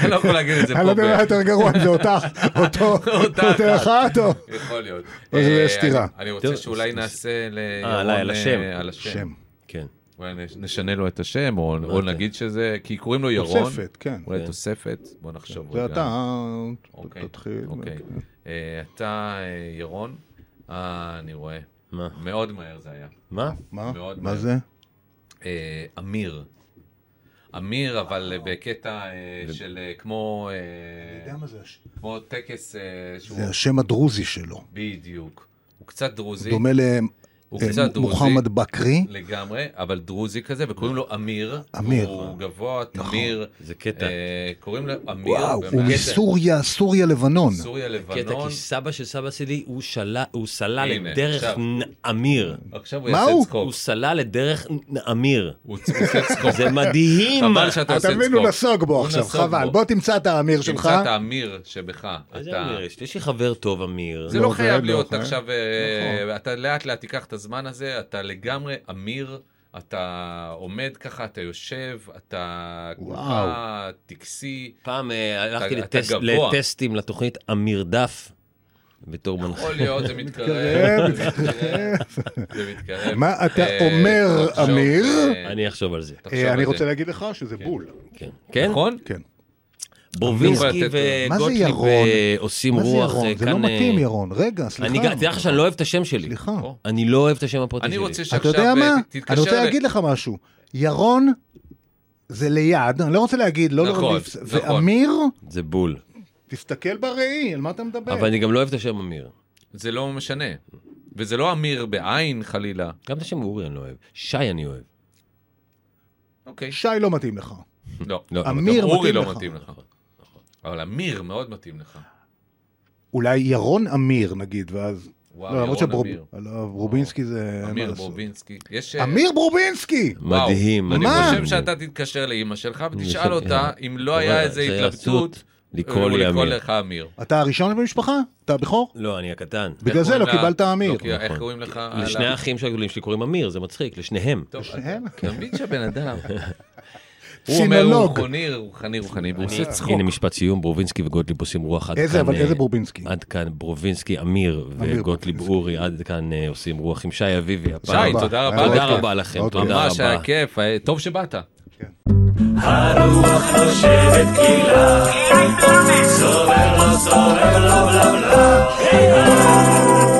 Speaker 4: אני לא יכול להגיד את זה
Speaker 3: אני לא
Speaker 4: פה.
Speaker 3: יודע מה
Speaker 4: ב-
Speaker 3: יותר גרוע, אם זה אותך, אותו,
Speaker 4: אותה
Speaker 3: אותו
Speaker 4: אחת.
Speaker 3: אחד, או...
Speaker 4: יכול להיות.
Speaker 3: או שזה
Speaker 4: אה,
Speaker 3: יהיה
Speaker 4: אני-
Speaker 3: סתירה.
Speaker 4: אני רוצה
Speaker 2: טוב,
Speaker 4: שאולי
Speaker 2: אז-
Speaker 4: נעשה ל...
Speaker 2: אה, עליי, על
Speaker 4: אה,
Speaker 2: השם.
Speaker 4: על השם.
Speaker 3: שם.
Speaker 2: כן.
Speaker 4: אולי נש- נשנה לו את השם, או או
Speaker 2: אוקיי.
Speaker 4: נגיד שזה... כי קוראים לו ירון.
Speaker 3: תוספת, כן.
Speaker 4: אולי תוספת. בוא נחשוב רגע.
Speaker 3: זה אתה,
Speaker 4: אוקיי,
Speaker 3: תתחיל.
Speaker 4: אוקיי. אה, אתה אה, ירון. אה, אני רואה.
Speaker 2: מה?
Speaker 4: מאוד מהר זה היה.
Speaker 2: מה?
Speaker 3: מה?
Speaker 4: מאוד
Speaker 3: מה
Speaker 4: מהר.
Speaker 3: זה?
Speaker 4: אה, אמיר. אמיר, אבל אה, בקטע אה, של אה, כמו... אה, כמו טקס אה, שהוא...
Speaker 3: זה השם הדרוזי שלו.
Speaker 4: בדיוק. הוא קצת דרוזי.
Speaker 3: דומה
Speaker 4: הוא קצת דרוזי.
Speaker 3: למוחמד בכרי.
Speaker 4: לגמרי, אבל דרוזי כזה, וקוראים לו אמיר.
Speaker 3: אמיר. נכון.
Speaker 4: הוא גבוה, תמיר.
Speaker 2: זה קטע.
Speaker 4: אה, קוראים לו אמיר.
Speaker 3: וואו,
Speaker 4: באמת,
Speaker 3: הוא מסוריה, סוריה לבנון.
Speaker 4: סוריה
Speaker 2: קטע,
Speaker 4: לבנון.
Speaker 2: כי סבא של סבא שלי, הוא שלל- הוא סלל
Speaker 4: הנה,
Speaker 2: לדרך
Speaker 4: עכשיו.
Speaker 2: נעמיר.
Speaker 4: עכשיו הוא
Speaker 3: מה
Speaker 4: יעשה
Speaker 3: הוא?
Speaker 4: צחוק.
Speaker 2: הוא סלל לדרך נעמיר.
Speaker 4: הוא צ- הוא עושה צחוק.
Speaker 2: זה מדהים.
Speaker 4: חבל שאתה
Speaker 3: אתה
Speaker 4: עושה צחוק.
Speaker 3: מבין, הוא נסוג בו
Speaker 4: הוא
Speaker 3: עכשיו,
Speaker 4: נסוג
Speaker 3: חבל.
Speaker 4: בו.
Speaker 3: בוא תמצא את האמיר שלך.
Speaker 4: תמצא את האמיר שבך.
Speaker 2: איזה
Speaker 4: אתה-
Speaker 2: אמיר יש? לי? יש לי חבר טוב, אמיר.
Speaker 4: זה לא
Speaker 3: לא, זה
Speaker 4: חייב
Speaker 3: לא
Speaker 4: להיות
Speaker 3: חייב. נכון.
Speaker 4: עכשיו, אה, אתה לאט לאט תיקח את הזמן הזה, אתה לגמרי אמיר, אתה עומד ככה, אתה יושב, אתה
Speaker 3: וואו.
Speaker 4: כולך טקסי,
Speaker 2: פעם אה, הלכתי
Speaker 4: אתה
Speaker 2: לטס-
Speaker 4: גבוה. נכון.
Speaker 2: לטסטים לתוכנית אמיר דף, בתור מנחה.
Speaker 4: יכול להיות, זה מתקרב,
Speaker 3: מתקרב,
Speaker 4: זה מתקרב, זה מתקרב.
Speaker 3: מה אתה
Speaker 4: אה,
Speaker 3: אומר,
Speaker 4: תחשוב,
Speaker 3: אמיר?
Speaker 4: אה,
Speaker 2: אני אחשוב על זה.
Speaker 4: תחשוב
Speaker 3: אה,
Speaker 4: על
Speaker 3: אני
Speaker 4: זה.
Speaker 3: רוצה להגיד לך שזה בול.
Speaker 2: כן. כן?
Speaker 4: נכון?
Speaker 3: כן.
Speaker 2: בורבינסקי
Speaker 4: אמיר.
Speaker 3: מה זה
Speaker 2: וגוטליב
Speaker 3: ירון?
Speaker 2: אה, עושים
Speaker 3: מה זה
Speaker 2: רוח
Speaker 3: ירון?
Speaker 2: אה,
Speaker 3: זה לא
Speaker 2: כאן. אה,
Speaker 3: מתאים, ירון. רגע,
Speaker 2: אני
Speaker 3: סליחה.
Speaker 2: גם, תדע לך שאני לא אוהב את השם שלי.
Speaker 3: סליחה.
Speaker 4: או,
Speaker 2: אני לא אוהב את השם הפרטי שלי.
Speaker 4: אני רוצה
Speaker 3: אתה
Speaker 4: שעכשיו
Speaker 3: יודע
Speaker 4: אה,
Speaker 3: מה?
Speaker 4: תתקשר
Speaker 3: אני רוצה
Speaker 4: ל-
Speaker 3: להגיד לך משהו. ירון זה ליד, אני לא רוצה להגיד, לא
Speaker 4: נכון,
Speaker 3: לרליף.
Speaker 4: נכון.
Speaker 3: ואמיר,
Speaker 2: זה בול.
Speaker 3: תסתכל בראי, על מה אתה מדבר?
Speaker 2: אבל אני גם לא אוהב את השם אמיר.
Speaker 4: זה לא משנה. וזה לא אמיר בעין חלילה.
Speaker 2: גם את השם אורי אני לא אוהב. שי אני אוהב.
Speaker 4: אוקיי.
Speaker 3: שי לא מתאים לך.
Speaker 4: לא.
Speaker 2: לא,
Speaker 4: גם
Speaker 3: אמיר
Speaker 4: אורי
Speaker 3: מתאים
Speaker 4: לא
Speaker 3: לך. לא,
Speaker 4: מתאים לך. אבל אמיר מאוד מתאים לך.
Speaker 3: אולי ירון אמיר, נגיד, ואז...
Speaker 4: וואו,
Speaker 3: לא, למרות
Speaker 4: ירון
Speaker 3: שברוב-
Speaker 4: אמיר.
Speaker 3: לא, ברובינסקי זה... אין מה
Speaker 4: אמיר
Speaker 3: לעשות.
Speaker 4: ברובינסקי. יש... אה,
Speaker 3: אמיר ברובינסקי!
Speaker 4: וואו.
Speaker 2: מדהים.
Speaker 4: אני
Speaker 3: מה?
Speaker 4: חושב שאתה תתקשר לאימא שלך ותשאל
Speaker 2: אני חושב-
Speaker 4: אותה אם לא היה
Speaker 2: אבל
Speaker 4: איזה
Speaker 2: זה
Speaker 4: התלבטות. אה,
Speaker 2: יעצות לקרוא לי
Speaker 4: ולקרוא
Speaker 2: אמיר.
Speaker 4: לך אמיר.
Speaker 3: אתה הראשון במשפחה? אתה הבכור?
Speaker 2: לא, אני הקטן.
Speaker 3: בגלל זה לא
Speaker 4: קוראים לה-
Speaker 3: קיבלת אמיר.
Speaker 4: לא, כי איך
Speaker 2: נכון.
Speaker 4: קוראים לך? אה,
Speaker 2: לשני
Speaker 4: לא,
Speaker 2: האחים הגדולים שלי קוראים אמיר, זה מצחיק, לשניהם.
Speaker 4: טוב,
Speaker 3: שניהם?
Speaker 4: אתה מבין שהבן אדם... הוא אומר
Speaker 3: סינולוג.
Speaker 4: רוחני, רוחני, רוחני, והוא עושה צחוק.
Speaker 2: הנה משפט סיום, ברובינסקי וגוטליב עושים רוח עד
Speaker 3: איזה,
Speaker 2: כאן.
Speaker 3: אבל
Speaker 2: אה,
Speaker 3: איזה ברובינסקי?
Speaker 2: עד כאן ברובינסקי, אמיר
Speaker 3: אמיר
Speaker 2: וגוטליב
Speaker 3: ברובינסקי.
Speaker 2: אורי, עד כאן אה, עושים רוח עם שי אביבי
Speaker 4: שי,
Speaker 2: הפעם.
Speaker 4: תודה רבה.
Speaker 2: תודה
Speaker 4: היה מאוד
Speaker 2: רבה
Speaker 3: כיף.
Speaker 2: לכם,
Speaker 3: מאוד
Speaker 2: תודה רבה.
Speaker 3: כיף.
Speaker 4: ממש היה כיף, היה- טוב שבאת.
Speaker 5: Sore lo, sore lo, bla bla. Hey, ho.